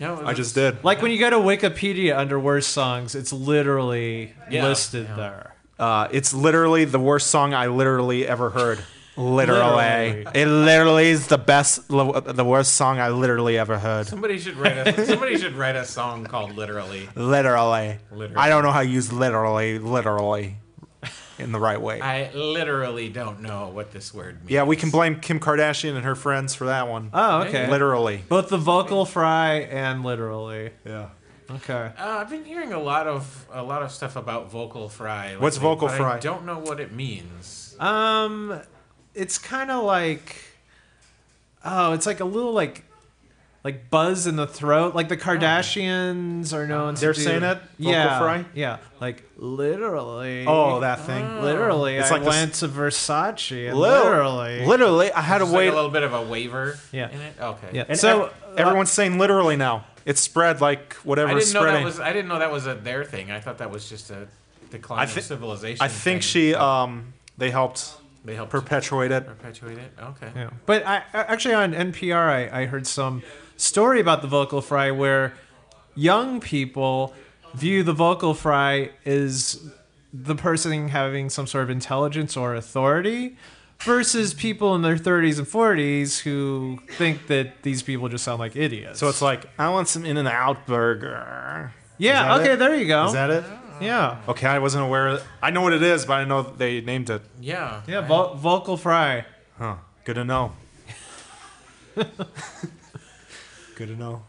Speaker 2: No,
Speaker 3: I just did.
Speaker 1: like when you go to Wikipedia under worst songs, it's literally
Speaker 2: Yeah,
Speaker 1: listed
Speaker 2: yeah.
Speaker 1: there.
Speaker 3: Uh, it's literally the worst song I literally ever heard. Literally.
Speaker 1: Literally.
Speaker 3: It literally is the best, lo- the worst song I literally ever heard.
Speaker 2: Somebody should write a somebody should write a song called literally.
Speaker 3: Literally.
Speaker 2: Literally.
Speaker 3: I don't know how to use literally, literally in the right way.
Speaker 2: I literally don't know what this word means.
Speaker 3: yeah, we can blame Kim Kardashian and her friends for that one.
Speaker 1: Oh, okay.
Speaker 3: Literally.
Speaker 1: Both the vocal fry and literally.
Speaker 3: Yeah.
Speaker 1: Okay.
Speaker 2: Uh, I've been hearing a lot of a lot of stuff about vocal fry. Lately,
Speaker 3: What's vocal
Speaker 2: but I
Speaker 3: fry?
Speaker 2: don't know what it means.
Speaker 1: Um, it's kind of like, oh, it's like a little like, like buzz in the throat. Like the Kardashians are known. to
Speaker 3: Oh. They're
Speaker 1: do-
Speaker 3: saying it? Vocal
Speaker 1: yeah,
Speaker 3: fry?
Speaker 1: yeah. Like literally.
Speaker 3: Oh, that thing.
Speaker 1: Literally,
Speaker 3: It's
Speaker 1: I
Speaker 3: like this-
Speaker 1: went to Versace. And
Speaker 3: Lit-
Speaker 1: literally.
Speaker 3: Literally, I had to
Speaker 2: There's like
Speaker 3: wait.
Speaker 2: a little bit of a waver
Speaker 1: Yeah.
Speaker 2: in it. Okay.
Speaker 1: yeah.
Speaker 3: and e-
Speaker 1: so
Speaker 3: ev- everyone's saying literally now. It's spread like
Speaker 2: I
Speaker 3: whatever
Speaker 2: didn't know
Speaker 3: spreading.
Speaker 2: that was I didn't know that was a their thing. I thought that was just a decline
Speaker 3: I thi-
Speaker 2: of civilization.
Speaker 3: I
Speaker 2: thing.
Speaker 3: think she, um, they helped
Speaker 2: they helped
Speaker 3: perpetuate it.
Speaker 2: perpetuate it. Okay.
Speaker 1: Yeah. But I I- actually on NPR I, I heard some story about the vocal fry where young people view the vocal fry as the person having some sort of intelligence or authority. versus people in their 30s and 40s who think that these people just sound like idiots.
Speaker 3: So it's like, I want some In and Out burger.
Speaker 1: yeah,
Speaker 3: Is that
Speaker 1: okay,
Speaker 3: it?
Speaker 1: there you go.
Speaker 3: Is that it?
Speaker 1: yeah,
Speaker 3: Okay, I wasn't aware. Of I know what it is, but I didn't know that they named it.
Speaker 2: Yeah.
Speaker 1: yeah, vo- vocal fry.
Speaker 3: Huh. Good to know. Good to know.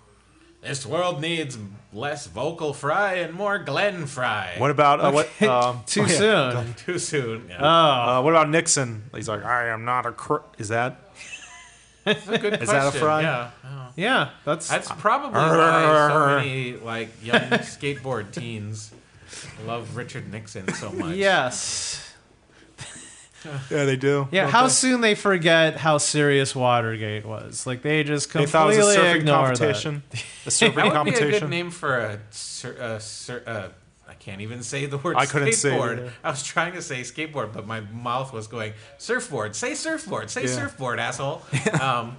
Speaker 2: This world needs less vocal fry and more Glen fry.
Speaker 3: What about uh, what?
Speaker 1: Okay,
Speaker 3: Um,
Speaker 1: Too
Speaker 3: oh, yeah.
Speaker 1: soon. Oh,
Speaker 2: Too soon. Yeah.
Speaker 3: Uh, what about Nixon? He's like, I am not a. Cr-. Is that?
Speaker 2: That's a good
Speaker 3: Is that a
Speaker 2: question,
Speaker 3: fry?
Speaker 2: Yeah.
Speaker 1: Yeah, that's
Speaker 2: That's probably why so many like young skateboard teens love Richard Nixon so much.
Speaker 1: yes.
Speaker 3: Yeah, they do.
Speaker 1: Yeah, how soon they forget how serious Watergate was. Like they just
Speaker 3: They thought
Speaker 1: completely
Speaker 3: it was a surfing
Speaker 1: ignore
Speaker 3: competition. A
Speaker 2: That
Speaker 3: surfing
Speaker 2: would be a
Speaker 3: competition.
Speaker 2: good name for a. Sur- a, sur- a I can't even say the word
Speaker 3: I couldn't
Speaker 2: skateboard.
Speaker 3: say it either.
Speaker 2: I was trying to say skateboard, but my mouth was going surfboard. Say surfboard. Say
Speaker 3: Yeah.
Speaker 2: surfboard, asshole. Um,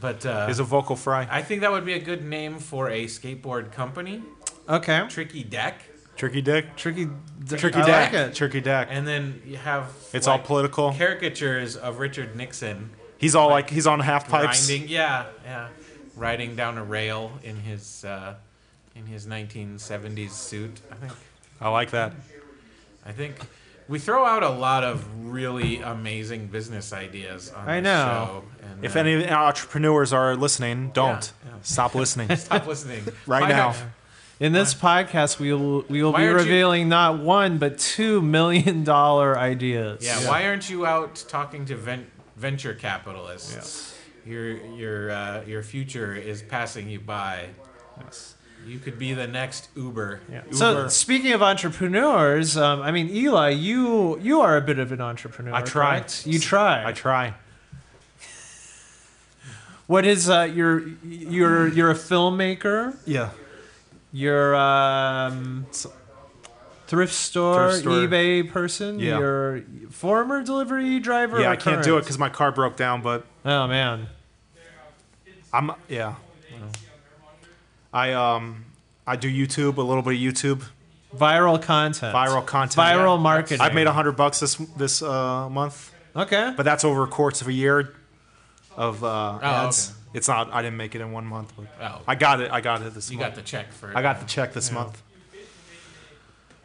Speaker 2: but uh,
Speaker 3: Is a vocal fry.
Speaker 2: I think that would be a good name for a skateboard company.
Speaker 1: that. Okay,
Speaker 2: Tricky Deck,
Speaker 3: Turkey dick.
Speaker 1: tricky,
Speaker 3: Tricky
Speaker 1: I
Speaker 3: deck.
Speaker 1: Like it.
Speaker 3: Turkey deck.
Speaker 2: and then you have
Speaker 3: it's all
Speaker 2: like,
Speaker 3: political.
Speaker 2: caricatures of Richard Nixon
Speaker 3: he's all like, he's on half pipes.
Speaker 2: grinding. Yeah, yeah, riding down a rail in his uh, in his 1970s suit. I think.
Speaker 3: I like that.
Speaker 2: I think we throw out a lot of really amazing business ideas on
Speaker 1: I
Speaker 2: this
Speaker 1: know.
Speaker 2: show. And,
Speaker 3: If
Speaker 2: uh,
Speaker 3: any entrepreneurs are listening, don't
Speaker 2: Yeah, yeah.
Speaker 3: stop listening
Speaker 2: stop listening
Speaker 3: right
Speaker 2: Why
Speaker 3: now.
Speaker 2: don't-
Speaker 1: In this podcast, we will we will
Speaker 2: Why
Speaker 1: be
Speaker 2: aren't you-
Speaker 1: revealing not one but two million dollar ideas.
Speaker 2: Yeah, why aren't you out talking to ven- venture capitalists? Your your uh, your future is passing you by. You could be the next Uber.
Speaker 1: So
Speaker 3: Uber.
Speaker 1: speaking of entrepreneurs, um, I mean Eli, you you are a bit of an entrepreneur.
Speaker 3: I try.
Speaker 1: correct? You try.
Speaker 3: I try.
Speaker 1: What is uh, your you're you're a filmmaker?
Speaker 3: Yeah.
Speaker 1: You're um, thrift store,
Speaker 3: Thrift store.
Speaker 1: eBay person.
Speaker 3: Yeah.
Speaker 1: You're former delivery driver.
Speaker 3: Yeah,
Speaker 1: or
Speaker 3: I can't do it
Speaker 1: current?
Speaker 3: because my car broke down, but
Speaker 1: Oh man.
Speaker 3: I'm yeah. I um I do YouTube a little bit of YouTube
Speaker 1: Viral content.
Speaker 3: viral content.
Speaker 1: Viral marketing.
Speaker 3: I've made a hundred bucks this this uh, month,
Speaker 1: Okay.
Speaker 3: but that's over a course of a year of uh,
Speaker 2: Oh,
Speaker 3: ads.
Speaker 2: okay.
Speaker 3: It's not. I didn't make it in one month. But
Speaker 2: Oh.
Speaker 3: I got it. I got it this
Speaker 2: You
Speaker 3: month.
Speaker 2: got the check for.
Speaker 3: I got the check this month.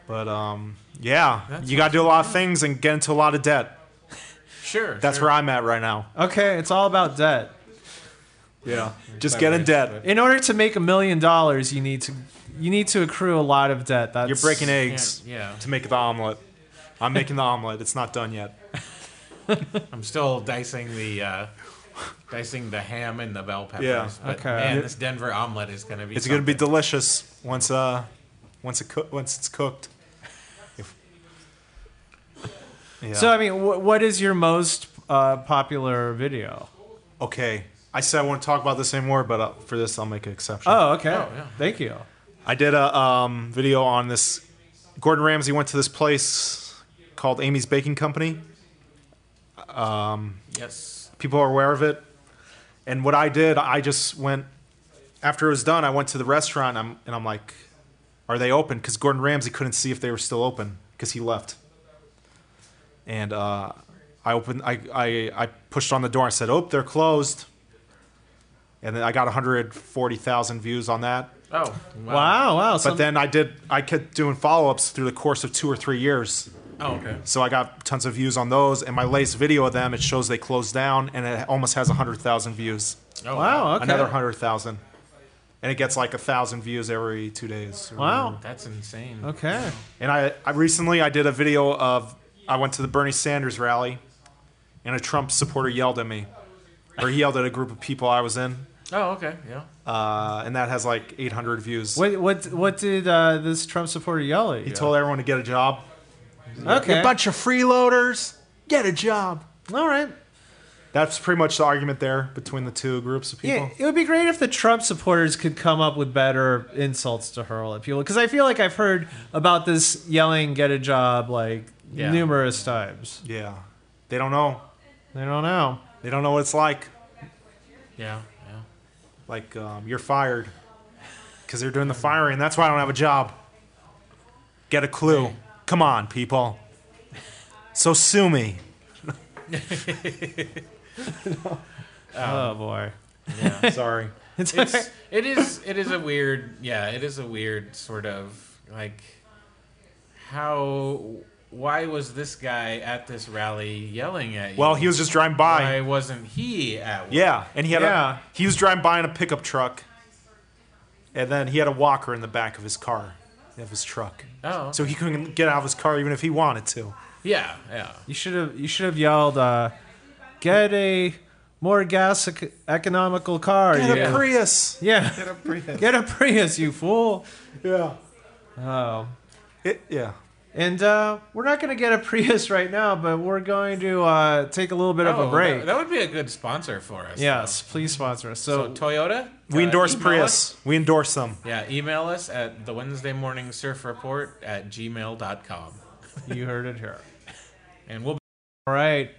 Speaker 3: But um, yeah, you got to do a lot of things and get into a lot of debt.
Speaker 2: Sure.
Speaker 3: That's
Speaker 2: sure.
Speaker 3: where I'm at right now.
Speaker 1: Okay, it's all about debt.
Speaker 3: Yeah, just get in debt.
Speaker 1: In order to make a million dollars, you need to you need to accrue a lot of debt. That's
Speaker 3: You're breaking
Speaker 2: Yeah,
Speaker 3: eggs.
Speaker 2: yeah.
Speaker 3: to make the omelet. I'm making the omelet. It's not done yet.
Speaker 2: I'm still dicing the. Uh, Dicing the ham and the bell peppers.
Speaker 3: Yeah.
Speaker 2: But
Speaker 1: Okay.
Speaker 2: Man, this Denver omelet is gonna be.
Speaker 3: It's going to be
Speaker 2: something.
Speaker 3: delicious once uh once it coo- once it's cooked. If- Yeah.
Speaker 1: So I mean, wh- what is your most uh, popular video?
Speaker 3: okay, I said I want to talk about this anymore, but uh, for this I'll make an exception.
Speaker 1: Oh, okay.
Speaker 2: Oh, yeah.
Speaker 1: Thank you.
Speaker 3: I did a um, video on this. Gordon Ramsay went to this place called Amy's Baking Company.
Speaker 2: yes.
Speaker 3: people are aware of it. And what I did, I just went after it was done. I went to the restaurant I'm, and I'm like, "Are they open?" Because Gordon Ramsay couldn't see if they were still open because he left. And uh, I opened. I, I I pushed on the door. and said, "Oh, they're closed." And then I got 140,000 views on that.
Speaker 2: Oh wow.
Speaker 1: Wow, wow.
Speaker 3: But
Speaker 1: some-
Speaker 3: then I did. I kept doing follow-ups through the course of two or three years.
Speaker 2: Oh okay.
Speaker 3: So I got tons of views on those. And my latest video of them, it shows they closed down and it almost has 100,000 views.
Speaker 2: Oh,
Speaker 1: wow, okay.
Speaker 3: Another 100,000. And it gets like a 1,000 views every two days. or
Speaker 1: Wow.
Speaker 3: whatever.
Speaker 2: That's insane.
Speaker 1: Okay.
Speaker 3: And I, I recently, I did a video of, I went to the Bernie Sanders rally and a Trump supporter yelled at me. Or he yelled at a group of people I was in.
Speaker 2: Oh okay. Yeah.
Speaker 3: Uh, and that has like 800 views.
Speaker 1: What what what did uh, this Trump supporter yell at you?
Speaker 3: He told everyone to get a job.
Speaker 1: okay.
Speaker 3: A bunch of freeloaders, get a job.
Speaker 1: All right.
Speaker 3: That's pretty much the argument there between the two groups of people.
Speaker 1: Yeah, it would be great if the Trump supporters could come up with better insults to hurl at people because I feel like I've heard about this yelling "get a job" like
Speaker 2: Yeah.
Speaker 1: numerous times.
Speaker 3: Yeah. They don't know.
Speaker 1: I don't know.
Speaker 3: They don't know what it's like.
Speaker 2: Yeah. Yeah.
Speaker 3: Like, um, you're fired. Because they're doing the firing. That's why I don't have a job. Get a clue. Come on, people. So sue me.
Speaker 1: oh boy.
Speaker 3: Sorry.
Speaker 1: It's,
Speaker 2: it's it is it is a weird yeah it is a weird sort of like how why was this guy at this rally yelling at you
Speaker 3: Well, he was just driving by.
Speaker 2: why wasn't he at one?
Speaker 3: Yeah, and he had
Speaker 1: Yeah.
Speaker 3: a he was driving by in a pickup truck, and then he had a walker in the back of his car, of his truck,
Speaker 2: oh
Speaker 3: so he couldn't get out of his car even if he wanted to.
Speaker 2: yeah yeah
Speaker 1: You should have you should have yelled, uh, "Get a more gas ec- economical car."
Speaker 3: Get
Speaker 1: you.
Speaker 3: a Prius.
Speaker 1: yeah,
Speaker 3: Get a Prius.
Speaker 1: get a Prius, you fool.
Speaker 3: Yeah.
Speaker 1: Oh,
Speaker 3: It, yeah.
Speaker 1: and uh, we're not going to get a Prius right now, but we're going to uh, take a little bit of
Speaker 2: Oh,
Speaker 1: a break.
Speaker 2: that, that would be a good sponsor for us
Speaker 1: yes, please sponsor us.
Speaker 2: though.
Speaker 1: So,
Speaker 2: so toyota
Speaker 3: We
Speaker 2: uh,
Speaker 3: endorse
Speaker 2: email
Speaker 3: Prius.
Speaker 2: us-
Speaker 3: We endorse them.
Speaker 2: yeah email us at the wednesday morning surf report at gmail.com
Speaker 1: you heard it here.
Speaker 2: and we'll
Speaker 1: All right,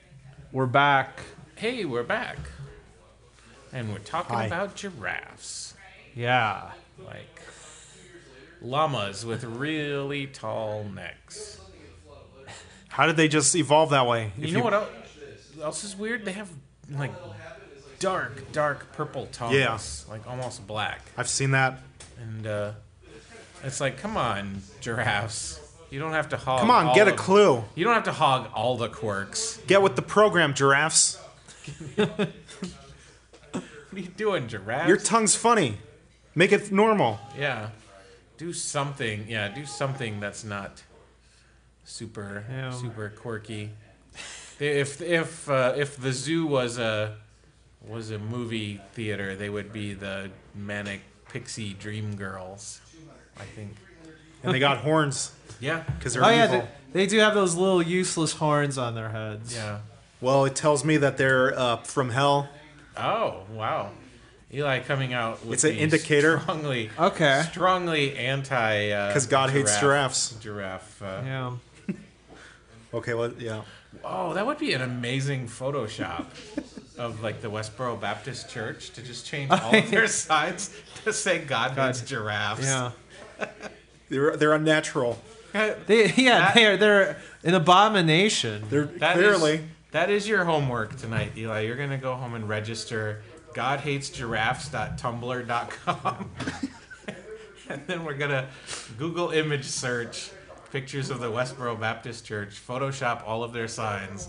Speaker 1: we're back.
Speaker 2: hey we're back and we're talking
Speaker 3: Hi.
Speaker 2: about giraffes
Speaker 1: Yeah,
Speaker 2: like llamas with really tall necks.
Speaker 3: How did they just evolve that way? If
Speaker 2: You know what el- else is weird? They have like dark, dark purple tongues,
Speaker 3: Yeah.
Speaker 2: like almost black,
Speaker 3: I've seen that.
Speaker 2: and uh, it's like, come on, giraffes, you don't have to hog.
Speaker 3: Come on,
Speaker 2: all
Speaker 3: get a
Speaker 2: of-
Speaker 3: clue.
Speaker 2: You don't have to hog all the quirks.
Speaker 3: Get with the program, giraffes.
Speaker 2: What are you doing, giraffes?
Speaker 3: Your tongue's funny. Make it normal.
Speaker 2: yeah, do something. Yeah, do something that's not super,
Speaker 1: Yeah.
Speaker 2: super quirky. They- If if uh, if the zoo was a was a movie theater, they would be the manic pixie dream girls. I think.
Speaker 3: And they got horns
Speaker 2: Yeah.
Speaker 3: because they're
Speaker 1: oh yeah,
Speaker 3: evil.
Speaker 1: they, they do have those little useless horns on their heads.
Speaker 2: Yeah.
Speaker 3: Well, it tells me that they're uh, from hell.
Speaker 2: Oh wow. Eli coming out with
Speaker 3: It's an
Speaker 2: the
Speaker 3: indicator.
Speaker 2: strongly
Speaker 1: Okay.
Speaker 2: strongly anti uh,
Speaker 3: Because God hates giraffes.
Speaker 2: giraffe uh,
Speaker 1: Yeah.
Speaker 3: Okay, well, yeah.
Speaker 2: Oh, that would be an amazing Photoshop of like the Westboro Baptist Church to just change all of their signs to say God, hates giraffes.
Speaker 1: Yeah.
Speaker 3: They're, they're unnatural.
Speaker 2: Uh,
Speaker 1: They, yeah,
Speaker 2: That-
Speaker 1: they're they're an abomination.
Speaker 3: They're
Speaker 2: That is-
Speaker 3: clearly.
Speaker 2: that is your homework tonight, Eli. You're gonna go home and register God hates giraffes.tumblr.com. and then we're gonna Google image search pictures of the Westboro Baptist Church, Photoshop all of their signs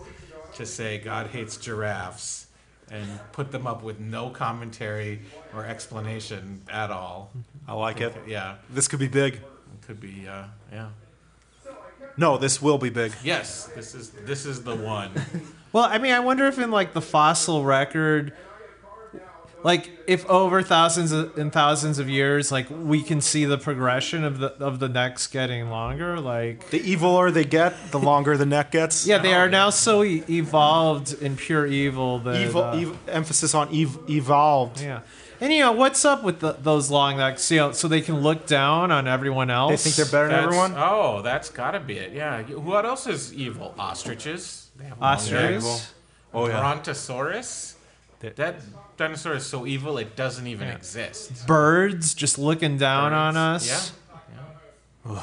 Speaker 2: to say God hates giraffes and put them up with no commentary or explanation at all.
Speaker 3: I like it.
Speaker 2: Yeah.
Speaker 3: This could be big.
Speaker 2: It could be uh, yeah.
Speaker 3: No, this will be big.
Speaker 2: Yes, this is this is the one.
Speaker 1: Well, I mean, I wonder if in like the fossil record, like if over thousands of- and thousands of years, like we can see the progression of the of the necks getting longer. Like,
Speaker 3: The eviler they get, the longer the neck gets.
Speaker 1: yeah, they are now so e- evolved in pure evil that
Speaker 3: Evil,
Speaker 1: uh,
Speaker 3: ev- emphasis on ev- evolved.
Speaker 1: yeah. And you know what's up with the, those long necks? You know, so they can look down on everyone else.
Speaker 3: They think they're better than
Speaker 2: That's-
Speaker 3: everyone.
Speaker 2: Oh, that's gotta be it. Yeah. You- What else is evil? Ostriches. They have long necks.
Speaker 1: Ostriches.
Speaker 3: Oh, yeah.
Speaker 2: Brontosaurus. That dinosaur is so evil it doesn't even exist.
Speaker 1: Birds just looking down on us.
Speaker 2: Yeah.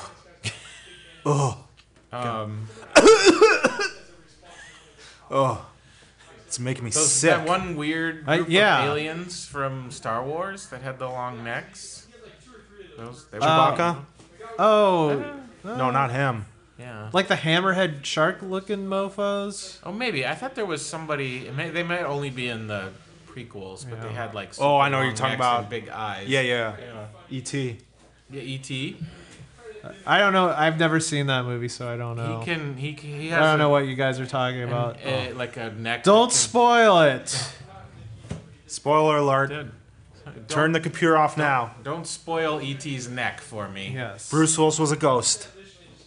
Speaker 2: yeah. Um,
Speaker 3: It's making me
Speaker 2: those,
Speaker 3: sick.
Speaker 2: that one weird
Speaker 1: I-
Speaker 2: group
Speaker 1: yeah.
Speaker 2: of aliens from Star Wars that had the long necks. Those, they were um,
Speaker 3: Chewbacca? Uh-huh.
Speaker 1: Oh,
Speaker 3: no, not him.
Speaker 2: yeah.
Speaker 1: like the hammerhead shark looking mofos.
Speaker 2: Oh, maybe. I thought there was somebody. it May, they might only be in the prequels, but they had like.
Speaker 3: Oh, I
Speaker 2: super
Speaker 3: know what you're
Speaker 2: long necks
Speaker 3: talking
Speaker 2: and
Speaker 3: about.
Speaker 2: Big eyes.
Speaker 3: Yeah, yeah.
Speaker 2: Yeah.
Speaker 3: E.T.
Speaker 2: Yeah, E E.T.
Speaker 1: I don't know. I've never seen that movie, so I don't know.
Speaker 2: He can. He can, he has.
Speaker 1: I don't know
Speaker 2: a,
Speaker 1: what you guys are talking about.
Speaker 2: an- a- Eh, like a neck.
Speaker 1: Uh, Don't
Speaker 2: that can-
Speaker 1: spoil it.
Speaker 3: Spoiler alert.
Speaker 2: Dude, don't-
Speaker 3: Turn the computer off now.
Speaker 2: Don't spoil E.T.'s neck for me.
Speaker 1: Yes.
Speaker 3: Bruce Willis was a ghost.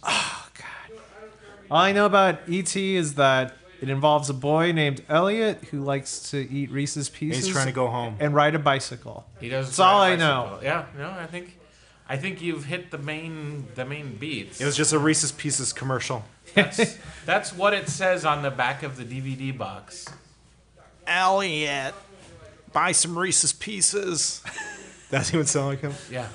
Speaker 1: All I know about E.T. is that it involves a boy named Elliot who likes to eat Reese's
Speaker 3: And
Speaker 1: Pieces
Speaker 3: he's trying to go home.
Speaker 1: and ride a bicycle.
Speaker 2: He does.
Speaker 1: That's all
Speaker 2: ride a
Speaker 1: I know.
Speaker 2: bicycle. Yeah. No, I think, I think you've hit the main the main beats.
Speaker 3: It was just a Reese's Pieces commercial.
Speaker 2: that's, that's what it says on the back of the DVD box.
Speaker 5: Elliot, buy some Reese's Pieces.
Speaker 3: Does even sound like him?
Speaker 2: Yeah.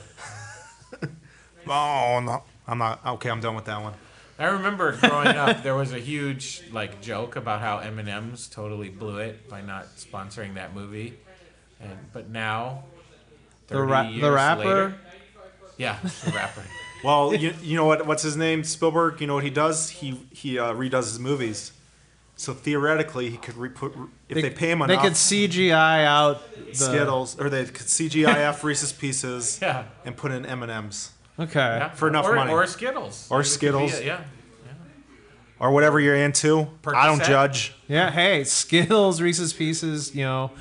Speaker 3: Oh, no. I'm not. Okay, I'm done with that one.
Speaker 2: I remember growing up, there was a huge like joke about how M&M's totally blew it by not sponsoring that movie, and but now,
Speaker 1: The,
Speaker 2: 30
Speaker 1: ra-
Speaker 2: years
Speaker 1: the rapper.
Speaker 2: later- yeah, the rapper.
Speaker 3: Well, you, you know what? What's his name? Spielberg. You know what he does? He he uh, redoes his movies. So theoretically, he could re- put if they, pay him
Speaker 1: They
Speaker 3: enough
Speaker 1: could CGI out the
Speaker 3: Skittles, or they could CGIF Reese's Pieces,
Speaker 2: Yeah.
Speaker 3: and put in M and M's
Speaker 1: Okay.
Speaker 2: yeah.
Speaker 3: For enough
Speaker 2: or,
Speaker 3: money.
Speaker 2: or Skittles,
Speaker 3: Or
Speaker 2: It could be
Speaker 3: Skittles.
Speaker 2: it, yeah,
Speaker 3: or whatever you're into. I don't
Speaker 2: Percocet?
Speaker 3: judge.
Speaker 1: Yeah, hey, Skittles, Reese's Pieces, you know,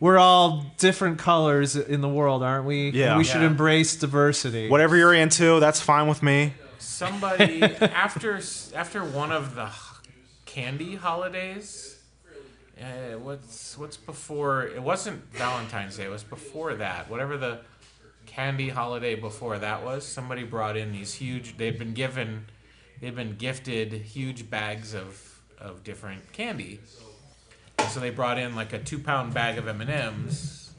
Speaker 1: we're all different colors in the world, aren't we?
Speaker 3: Yeah.
Speaker 1: We should
Speaker 2: Yeah.
Speaker 1: embrace diversity.
Speaker 3: Whatever you're into, that's fine with me.
Speaker 2: somebody after after one of the h- candy holidays uh, what's what's before it wasn't valentine's day it was before that whatever the candy holiday before that was somebody brought in these huge they'd been given they'd been gifted huge bags of of different candy and so they brought in like a two pound bag of m&ms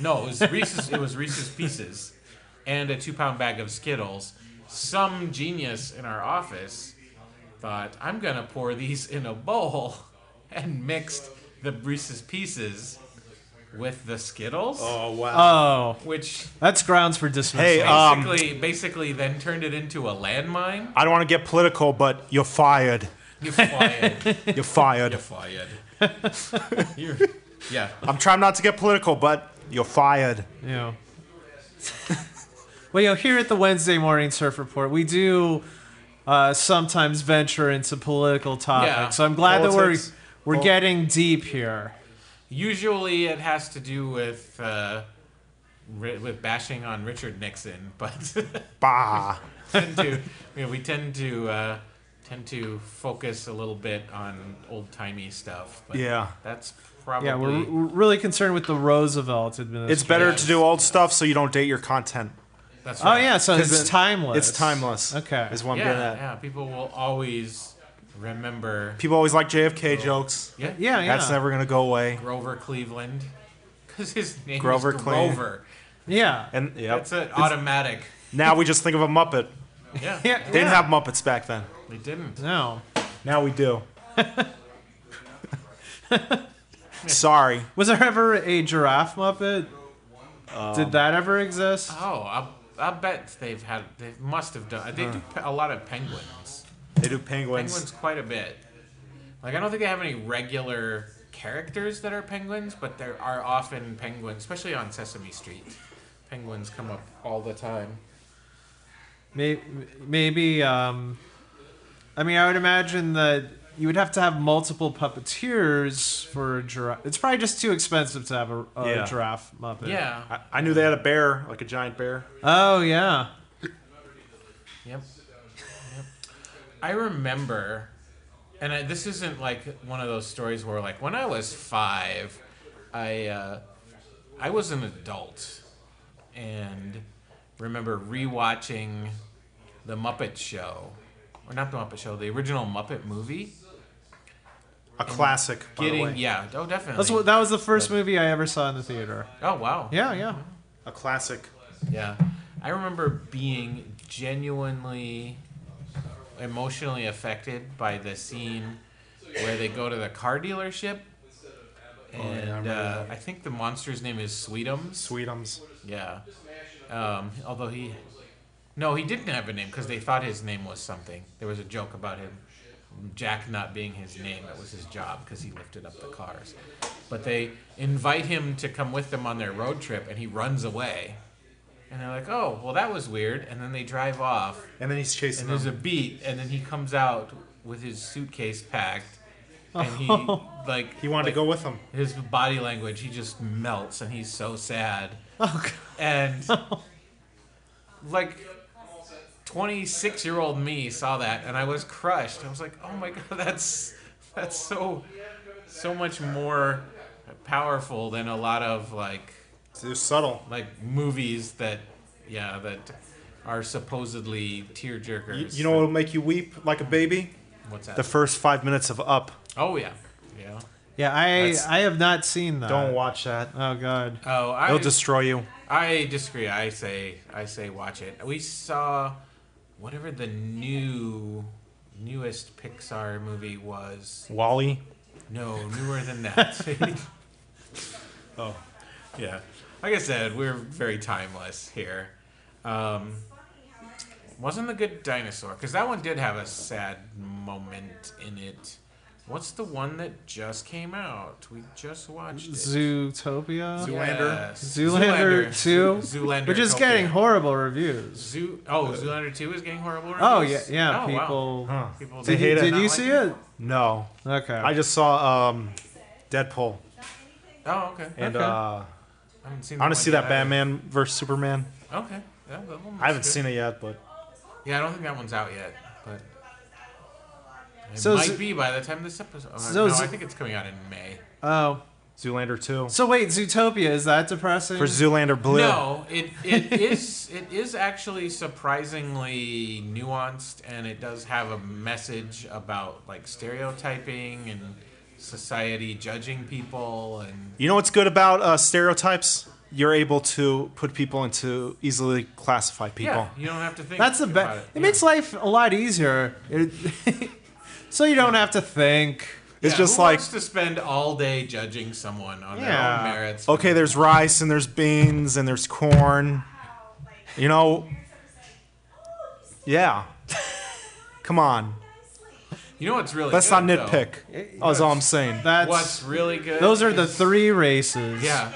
Speaker 2: no, it was Reese's. It was Reese's Pieces, and a two-pound bag of Skittles. Some genius in our office thought, "I'm gonna pour these in a bowl," and mixed the Reese's Pieces with the Skittles,
Speaker 3: Oh wow!
Speaker 1: Oh,
Speaker 2: which
Speaker 1: that's grounds for dismissal.
Speaker 3: Hey, um,
Speaker 2: basically, basically then turned it into a landmine.
Speaker 3: I don't want to get political, but you're fired.
Speaker 2: You fired.
Speaker 3: You're fired.
Speaker 2: You fired. You're, yeah.
Speaker 3: I'm trying not to get political, but you're fired.
Speaker 1: you know. well, you know, here at the Wednesday Morning Surf Report, we do uh, sometimes venture into political topics.
Speaker 2: Yeah.
Speaker 1: So I'm glad
Speaker 3: Politics.
Speaker 1: that we're we're
Speaker 3: Pol-
Speaker 1: getting deep here.
Speaker 2: Usually, it has to do with uh, ri- with bashing on Richard Nixon, but
Speaker 3: Bah.
Speaker 2: tend to you know, we tend to uh, tend to focus a little bit on old timey stuff. But
Speaker 3: Yeah.
Speaker 2: that's probably
Speaker 1: Yeah, we're, we're really concerned with the Roosevelt administration.
Speaker 3: It's better
Speaker 2: Yes.
Speaker 3: to do old stuff so you don't date your content.
Speaker 2: that's
Speaker 1: Oh
Speaker 2: right.
Speaker 1: yeah, so
Speaker 3: 'Cause
Speaker 1: it's
Speaker 3: it-
Speaker 1: timeless.
Speaker 3: It's timeless.
Speaker 1: Okay.
Speaker 3: Is what I'm
Speaker 2: yeah,
Speaker 3: getting at.
Speaker 2: yeah. People will always remember
Speaker 3: People always like JFK jokes.
Speaker 2: yeah,
Speaker 1: Yeah, yeah.
Speaker 3: That's never gonna go away.
Speaker 2: Grover Cleveland because his name
Speaker 3: Grover
Speaker 2: is
Speaker 3: Cleveland.
Speaker 2: Grover.
Speaker 1: yeah.
Speaker 3: And yeah,
Speaker 2: That's an automatic.
Speaker 3: now we just think of a Muppet.
Speaker 2: Yeah,
Speaker 1: Yeah.
Speaker 3: They didn't have Muppets back then.
Speaker 2: they didn't.
Speaker 1: No.
Speaker 3: Now we do. Sorry.
Speaker 1: Was there ever a giraffe Muppet?
Speaker 3: Um,
Speaker 1: Did that ever exist?
Speaker 2: Oh, I, I bet they've had. They must have done. They do pe- a lot of penguins.
Speaker 3: They do penguins.
Speaker 2: penguins quite a bit. Like I don't think they have any regular characters that are penguins, but there are often penguins, especially on Sesame Street. Penguins come up all the time.
Speaker 1: Maybe, maybe um, I mean, I would imagine that you would have to have multiple puppeteers for a giraffe. It's probably just too expensive to have a, a
Speaker 3: Yeah.
Speaker 1: giraffe Muppet.
Speaker 2: Yeah.
Speaker 3: I, I knew they had a bear, like a giant bear.
Speaker 1: Oh, yeah.
Speaker 2: Yep. Yep. I remember, and I, this isn't like one of those stories where, like, when I was five, I uh, I was an adult, and remember rewatching the Muppet Show, or not the Muppet Show, the original Muppet movie.
Speaker 3: A classic, by the
Speaker 2: Getting
Speaker 3: way.
Speaker 2: yeah, oh definitely.
Speaker 1: That's what, that was the first movie I ever saw in the theater.
Speaker 2: oh wow.
Speaker 1: Yeah,
Speaker 3: Mm-hmm.
Speaker 1: yeah.
Speaker 3: A classic.
Speaker 2: Yeah. I remember being genuinely emotionally affected by the scene where they go to the car dealership. And uh, I think the monster's name is Sweetums.
Speaker 3: Sweetums.
Speaker 2: Yeah. Um, although he. No, he didn't have a name because they thought his name was something. There was a joke about him, Jack not being his name. That was his job because he lifted up the cars. But they invite him to come with them on their road trip and he runs away. And they're like, oh, well, that was weird. And then they drive off
Speaker 3: And then he's chasing
Speaker 2: and there's
Speaker 3: them.
Speaker 2: a beat and then he comes out with his suitcase packed and he like
Speaker 3: he wanted
Speaker 2: like,
Speaker 3: to go with them.
Speaker 2: his body language he just melts and he's so sad
Speaker 1: Oh, God.
Speaker 2: and like 26 year old me saw that and i was crushed i was like oh my god that's that's so so much more powerful than a lot of like
Speaker 3: It was subtle.
Speaker 2: like movies that yeah that are supposedly tear
Speaker 3: You,
Speaker 2: jerkers
Speaker 3: you know what'll make you weep like a baby?
Speaker 2: what's that
Speaker 3: The first five minutes of Up.
Speaker 2: oh yeah yeah
Speaker 1: Yeah, I,
Speaker 3: That's-
Speaker 1: I have not seen that.
Speaker 3: Don't watch that.
Speaker 1: Oh, God.
Speaker 2: oh i
Speaker 3: It'll destroy you.
Speaker 2: I disagree. I say I say watch it. We saw whatever the new newest Pixar movie was.
Speaker 3: Wally.
Speaker 2: No, newer than that. oh, yeah. Like I said, we're very timeless here. Um, wasn't the Good Dinosaur because that one did have a sad moment in it. What's the one that just came out? We just watched it.
Speaker 1: Zootopia.
Speaker 5: Zoolander?
Speaker 2: Yes.
Speaker 1: Zoolander, 2,
Speaker 2: Zoolander,
Speaker 1: which is
Speaker 2: Zootopia.
Speaker 1: getting horrible reviews.
Speaker 2: Zoo. Oh, Zoolander Two is getting horrible. Reviews?
Speaker 1: Oh yeah, yeah.
Speaker 2: Oh, wow.
Speaker 1: people,
Speaker 3: Huh.
Speaker 2: People
Speaker 1: did,
Speaker 3: hate
Speaker 1: you,
Speaker 3: it.
Speaker 1: did
Speaker 3: Not
Speaker 1: you
Speaker 2: like
Speaker 1: see
Speaker 2: it?
Speaker 1: it?
Speaker 3: No,
Speaker 1: Okay.
Speaker 3: I just saw um, Deadpool
Speaker 2: Oh, okay.
Speaker 3: and
Speaker 1: Okay.
Speaker 3: uh,
Speaker 2: I haven't seen.
Speaker 3: I want to see
Speaker 2: one
Speaker 3: that
Speaker 2: yet either.
Speaker 3: Batman versus Superman.
Speaker 2: Okay. Yeah, that one
Speaker 3: I haven't seen it yet, but
Speaker 2: Yeah, I don't think that one's out yet, but it
Speaker 1: So
Speaker 2: might
Speaker 1: Zo-
Speaker 2: be by the time this episode. oh,
Speaker 1: So
Speaker 2: no,
Speaker 1: Zo-
Speaker 2: I think it's coming out in May.
Speaker 1: oh,
Speaker 3: Zoolander two
Speaker 1: so wait, Zootopia is that depressing?
Speaker 3: for Zoolander
Speaker 1: Oh,
Speaker 3: Blue.
Speaker 2: No, it, it is it is actually surprisingly nuanced, and it does have a message about like stereotyping and society judging people and
Speaker 3: You know what's good about uh, stereotypes? You're able to put people into easily classify people.
Speaker 2: yeah, you don't have to think.
Speaker 1: That's the
Speaker 2: about
Speaker 1: best. It,
Speaker 2: yeah.
Speaker 1: makes life a lot easier, It- so you don't have to think.
Speaker 3: It's
Speaker 2: Yeah,
Speaker 3: just
Speaker 2: who
Speaker 3: like
Speaker 2: wants to spend all day judging someone on
Speaker 1: Yeah.
Speaker 2: their own merits.
Speaker 3: okay, there's rice and there's beans and there's corn. You know, yeah. Come on,
Speaker 2: You know what's really
Speaker 3: let's
Speaker 2: good,
Speaker 3: not
Speaker 2: though?
Speaker 3: nitpick. That's all I'm saying.
Speaker 1: That's
Speaker 2: What's really good?
Speaker 1: those are the
Speaker 2: is-
Speaker 1: three races.
Speaker 2: Yeah.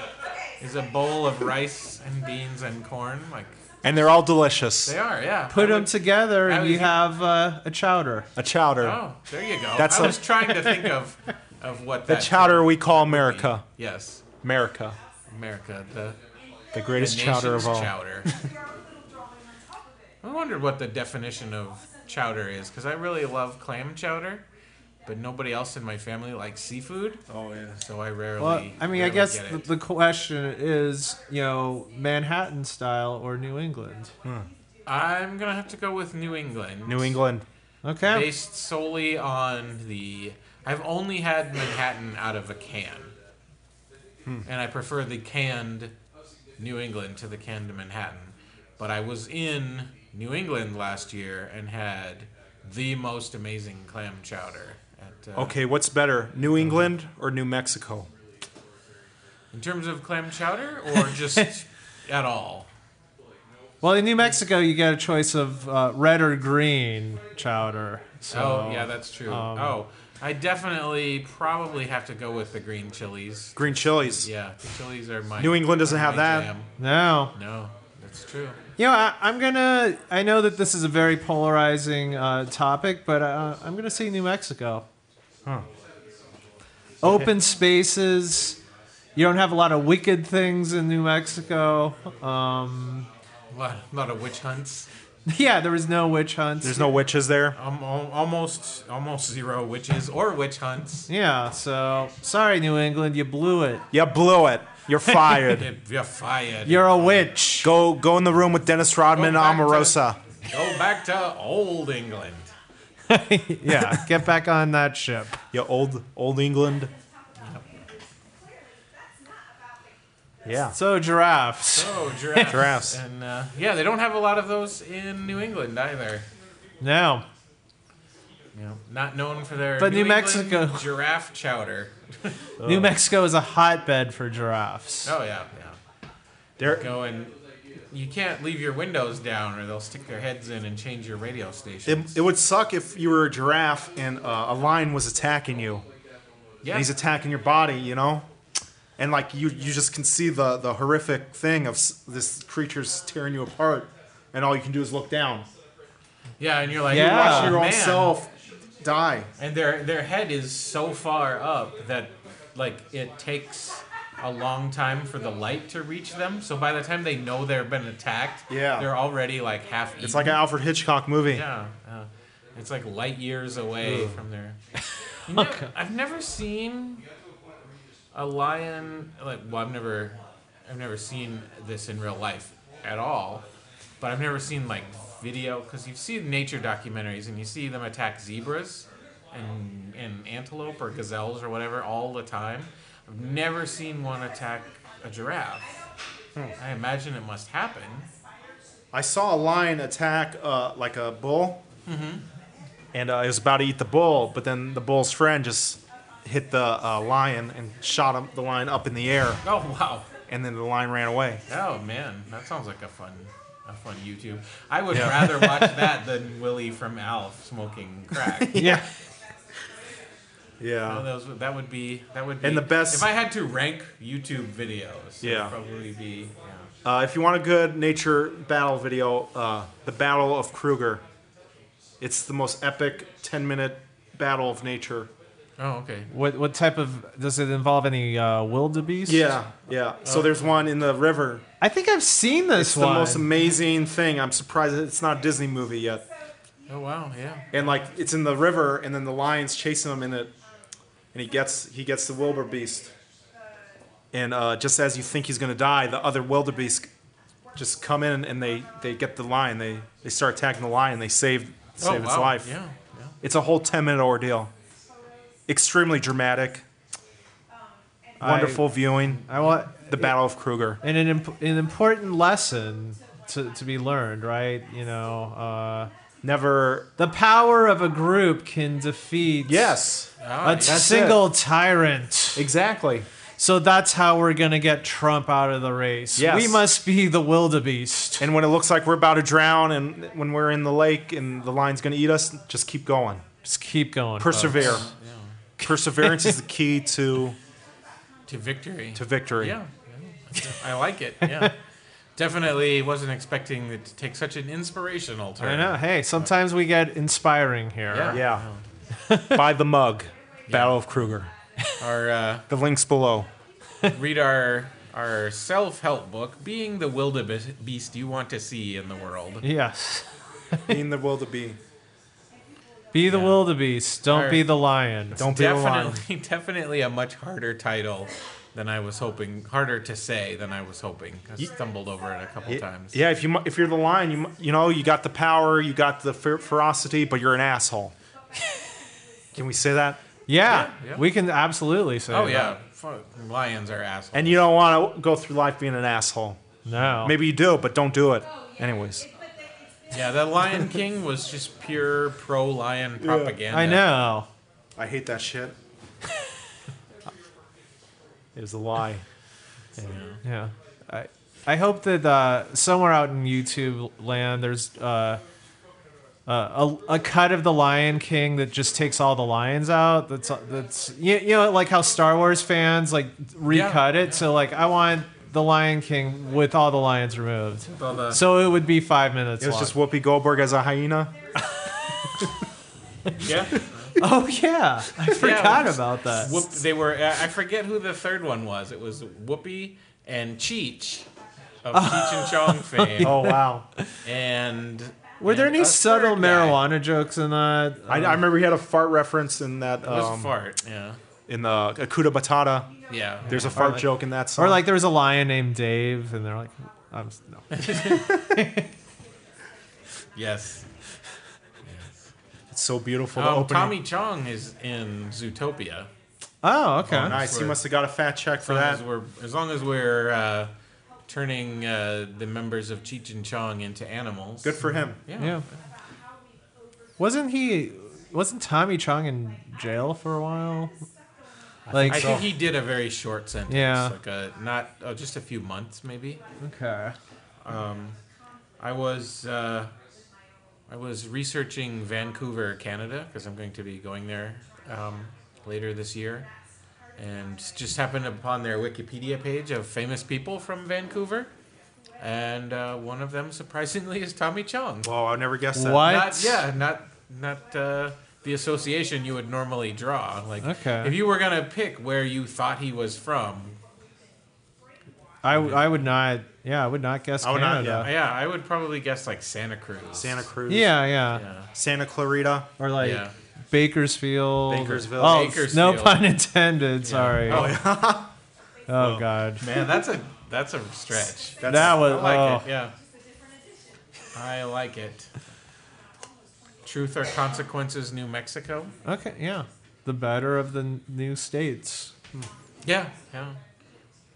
Speaker 2: Is a bowl of rice and beans and corn. Like,
Speaker 3: And they're all delicious.
Speaker 2: they are, yeah.
Speaker 1: Put
Speaker 2: I
Speaker 1: them
Speaker 2: would-
Speaker 1: together,
Speaker 2: I
Speaker 1: and
Speaker 2: would-
Speaker 1: you have uh, a chowder.
Speaker 3: A chowder.
Speaker 2: Oh, there you go.
Speaker 3: That's
Speaker 2: I
Speaker 3: a-
Speaker 2: was trying to think of, of what
Speaker 3: the
Speaker 2: that
Speaker 3: chowder we call
Speaker 2: would be.
Speaker 3: America.
Speaker 2: Yes.
Speaker 3: America.
Speaker 2: America. The,
Speaker 3: The
Speaker 2: the
Speaker 3: greatest
Speaker 2: nation's
Speaker 3: chowder of all.
Speaker 2: chowder. I wondered what the definition of chowder is because I really love clam chowder, but nobody else in my family likes seafood. Oh, yeah. So I rarely.
Speaker 1: Well, I mean, I
Speaker 2: rarely
Speaker 1: guess
Speaker 2: get
Speaker 1: the,
Speaker 2: it.
Speaker 1: the question is, you know, Manhattan style or New England?
Speaker 2: I'm going to have to go with New England.
Speaker 3: New England.
Speaker 1: Okay.
Speaker 2: based solely on the. I've only had Manhattan out of a can,
Speaker 3: Hmm.
Speaker 2: and I prefer the canned New England to the canned Manhattan. But I was in New England last year and had the most amazing clam chowder. At, uh,
Speaker 3: Okay, what's better, New
Speaker 2: Uh-huh.
Speaker 3: England or New Mexico?
Speaker 2: In terms of clam chowder, or just at all.
Speaker 1: Well, in New Mexico, you get a choice of uh, red or green chowder. So
Speaker 2: oh yeah, that's true.
Speaker 3: um,
Speaker 2: oh, I definitely probably have to go with the green chilies.
Speaker 3: Green chilies.
Speaker 2: Yeah, the chilies are my
Speaker 3: New England doesn't
Speaker 2: are
Speaker 3: have
Speaker 2: my
Speaker 3: that.
Speaker 2: jam.
Speaker 1: no.
Speaker 2: No, that's true.
Speaker 1: You know, I, I'm gonna. I know that this is a very polarizing uh, topic, but uh, I'm gonna say New Mexico. Open spaces. You don't have a lot of wicked things in New Mexico. Um,
Speaker 2: A lot, a lot of witch hunts.
Speaker 1: yeah, there was no witch hunts.
Speaker 3: There's no witches there.
Speaker 2: Um, al- almost, almost zero witches or witch hunts.
Speaker 1: yeah, so sorry, New England, you blew it.
Speaker 3: You blew it. You're fired.
Speaker 2: If You're fired.
Speaker 1: You're a witch.
Speaker 3: go go in the room with Dennis Rodman and
Speaker 2: Go back to-
Speaker 3: Omarosa.
Speaker 2: Go back to old England.
Speaker 1: yeah, get back on that ship.
Speaker 3: You old old England. Yeah.
Speaker 1: So giraffes.
Speaker 2: Oh, giraffes.
Speaker 3: Giraffes.
Speaker 2: And uh, yeah, they don't have a lot of those in New England either.
Speaker 1: No.
Speaker 2: Yeah. Not known for their.
Speaker 1: But New
Speaker 2: England
Speaker 1: Mexico-
Speaker 2: giraffe chowder.
Speaker 1: New Mexico is a hotbed for giraffes.
Speaker 2: Oh yeah, yeah.
Speaker 3: There
Speaker 2: Go and you can't leave your windows down, or they'll stick their heads in and change your radio station.
Speaker 3: it, it would suck if you were a giraffe and uh, a lion was attacking you.
Speaker 2: yeah.
Speaker 3: And he's attacking your body, you know? And like you you just can see the the horrific thing of s- this creature's tearing you apart and all you can do is look down.
Speaker 2: yeah, and you're like,
Speaker 1: Yeah.
Speaker 3: Watch your own
Speaker 2: Oh, man.
Speaker 3: self die.
Speaker 2: and their their head is so far up that like it takes a long time for the light to reach them. So by the time they know they've been attacked,
Speaker 3: Yeah.
Speaker 2: they're already like half. Eaten.
Speaker 3: It's like an Alfred Hitchcock movie.
Speaker 2: yeah, yeah. it's like light years away from their. You know, I've never seen a lion like well I've never I've never seen this in real life at all, but I've never seen like video because you see nature documentaries and you see them attack zebras and and antelope or gazelles or whatever all the time. I've never Hmm. seen one attack a giraffe. I imagine it must happen.
Speaker 3: I saw a lion attack uh, like a bull, and uh, it was about to eat the bull, but then the bull's friend just hit the uh, lion and shot him, the lion up in the air,
Speaker 2: Oh wow.
Speaker 3: and then the lion ran away.
Speaker 2: Oh man, that sounds like a fun, a fun YouTube. I would rather watch that than Willie from Alf smoking crack.
Speaker 1: Yeah.
Speaker 3: Yeah.
Speaker 2: That, was, that would be that would be.
Speaker 3: And the best-
Speaker 2: If I had to rank YouTube videos, yeah,
Speaker 3: Yeah.
Speaker 2: it'd probably be. Yeah.
Speaker 3: Uh, if you want a good nature battle video, uh, the Battle of Kruger. It's the most epic 10 minute battle of nature.
Speaker 2: Oh okay.
Speaker 1: What what type of does it involve any uh, wildebeest?
Speaker 3: Yeah, yeah. So there's one in the river.
Speaker 1: I think I've seen this
Speaker 3: It's the
Speaker 1: one.
Speaker 3: most amazing thing. I'm surprised that it's not a Disney movie yet.
Speaker 2: Oh wow, yeah.
Speaker 3: And like it's in the river, and then the lions chasing him in it, and he gets he gets the wildebeest. And uh, just as you think he's gonna die, the other wildebeest just come in and they, they get the lion. They they start attacking the lion. They save save
Speaker 2: oh,
Speaker 3: its
Speaker 2: wow.
Speaker 3: life.
Speaker 2: Yeah, yeah.
Speaker 3: It's a whole 10 minute ordeal. Extremely dramatic. Wonderful viewing.
Speaker 1: I want
Speaker 3: The Battle of Kruger.
Speaker 1: and an imp- an important lesson to, to be learned, right? You know, uh,
Speaker 3: Never.
Speaker 1: the power of a group can defeat
Speaker 3: Yes,
Speaker 1: a
Speaker 2: Alright.
Speaker 1: single tyrant.
Speaker 3: exactly.
Speaker 1: So that's how we're gonna get Trump out of the race.
Speaker 3: Yes.
Speaker 1: We must be the wildebeest.
Speaker 3: And when it looks like we're about to drown and when we're in the lake and the lion's going to eat us, just keep going.
Speaker 1: Just keep going.
Speaker 3: Persevere.
Speaker 1: folks.
Speaker 3: Perseverance is the key to,
Speaker 2: to victory.
Speaker 3: to victory.
Speaker 2: Yeah, yeah. I like it. Yeah, definitely wasn't expecting it to take such an inspirational turn.
Speaker 1: I know. Hey, sometimes we get inspiring here.
Speaker 2: Yeah.
Speaker 3: Yeah. Buy the mug. Battle of Kruger.
Speaker 2: Our uh,
Speaker 3: The link's below.
Speaker 2: read our our self help book, being the wildebeest you want to see in the world.
Speaker 1: Yes.
Speaker 3: Being the wildebeest.
Speaker 1: Be the wildebeest. Don't
Speaker 2: Alright.
Speaker 1: be the lion.
Speaker 3: Don't be a lion.
Speaker 2: Definitely, definitely a much harder title than I was hoping. Harder to say than I was hoping. I stumbled over it a couple times.
Speaker 3: Yeah, if you mu- if you're the lion, you mu- you know you got the power, you got the fer- ferocity, but you're an asshole. Can we say that?
Speaker 1: Yeah,
Speaker 2: Yeah, yeah.
Speaker 1: we can absolutely say.
Speaker 2: Oh
Speaker 1: that.
Speaker 2: yeah, Fuck, lions are assholes.
Speaker 3: And you don't want to go through life being an asshole.
Speaker 1: No.
Speaker 3: Maybe you do, but don't do it. Anyways,
Speaker 2: yeah, the Lion King was just pure pro lion propaganda.
Speaker 1: I know.
Speaker 3: I hate that shit. it was a lie.
Speaker 1: Yeah. I I hope that uh, somewhere out in YouTube land there's uh, uh, a, a cut of the Lion King that just takes all the lions out. That's that's you, you know like how Star Wars fans like recut it. So like I want the Lion King with all the lions removed.
Speaker 2: Well, the-
Speaker 1: So it would be five minutes.
Speaker 3: It was
Speaker 1: long.
Speaker 3: just Whoopi Goldberg as a hyena.
Speaker 2: yeah.
Speaker 1: oh yeah, I forgot
Speaker 2: was-
Speaker 1: about that.
Speaker 2: Whoop, they were. Uh, I forget who the third one was. It was Whoopi and Cheech of Cheech and Chong fame.
Speaker 3: Oh wow!
Speaker 2: And
Speaker 1: Were there
Speaker 2: and
Speaker 1: any
Speaker 2: a
Speaker 1: subtle
Speaker 2: third guy.
Speaker 1: marijuana jokes in that?
Speaker 3: I, I remember he had a fart reference in that
Speaker 2: It was a
Speaker 3: um,
Speaker 2: fart. Yeah.
Speaker 3: in the Akuta Batata.
Speaker 2: Yeah.
Speaker 3: There's a fart
Speaker 1: like-
Speaker 3: joke in that song.
Speaker 1: Um, Or like there was a lion named Dave, and they're like, I'm s- no.
Speaker 2: yes.
Speaker 3: it's so beautiful. the
Speaker 2: Um,
Speaker 3: opening.
Speaker 2: Tommy Chong is in Zootopia.
Speaker 1: Oh, okay.
Speaker 3: nice. He
Speaker 2: Swear.
Speaker 3: must have got a fat check
Speaker 2: As
Speaker 3: for
Speaker 2: long
Speaker 3: that.
Speaker 2: as we're, as long as we're uh, turning uh, the members of Cheech and Chong into animals.
Speaker 3: Good for him.
Speaker 2: Yeah.
Speaker 1: Yeah. Wasn't he? Wasn't Tommy Chong in jail for a while? Like,
Speaker 2: I think he did a very short sentence.
Speaker 1: Yeah.
Speaker 2: Like a not oh, just a few months maybe.
Speaker 1: okay.
Speaker 2: Um, I was uh, I was researching Vancouver, Canada, because I'm going to be going there um, later this year, and just happened upon their Wikipedia page of famous people from Vancouver, and uh, one of them surprisingly is Tommy Chong.
Speaker 3: Oh, I never guessed that.
Speaker 1: What?
Speaker 2: Not, yeah, not not uh, the association you would normally draw. Like,
Speaker 1: Okay.
Speaker 2: if you were gonna pick where you thought he was from,
Speaker 1: I, I would not. Yeah, I would not guess
Speaker 3: I would not,
Speaker 1: Canada.
Speaker 2: yeah, I would probably guess like Santa Cruz.
Speaker 3: Santa Cruz.
Speaker 1: yeah. yeah,
Speaker 2: Yeah.
Speaker 3: Santa Clarita.
Speaker 1: Or like
Speaker 2: Yeah.
Speaker 1: Bakersfield.
Speaker 3: Bakersville.
Speaker 1: Oh,
Speaker 2: Bakersfield.
Speaker 1: no pun intended. Sorry.
Speaker 2: Oh,
Speaker 1: Oh,
Speaker 2: yeah.
Speaker 1: God.
Speaker 2: man, that's a that's a stretch.
Speaker 3: That's,
Speaker 1: that
Speaker 2: I
Speaker 1: was.
Speaker 2: like
Speaker 1: oh.
Speaker 2: it. Yeah. I like it. Truth or consequences, New Mexico.
Speaker 1: Okay. Yeah. The better of the n- new states.
Speaker 2: Yeah, yeah.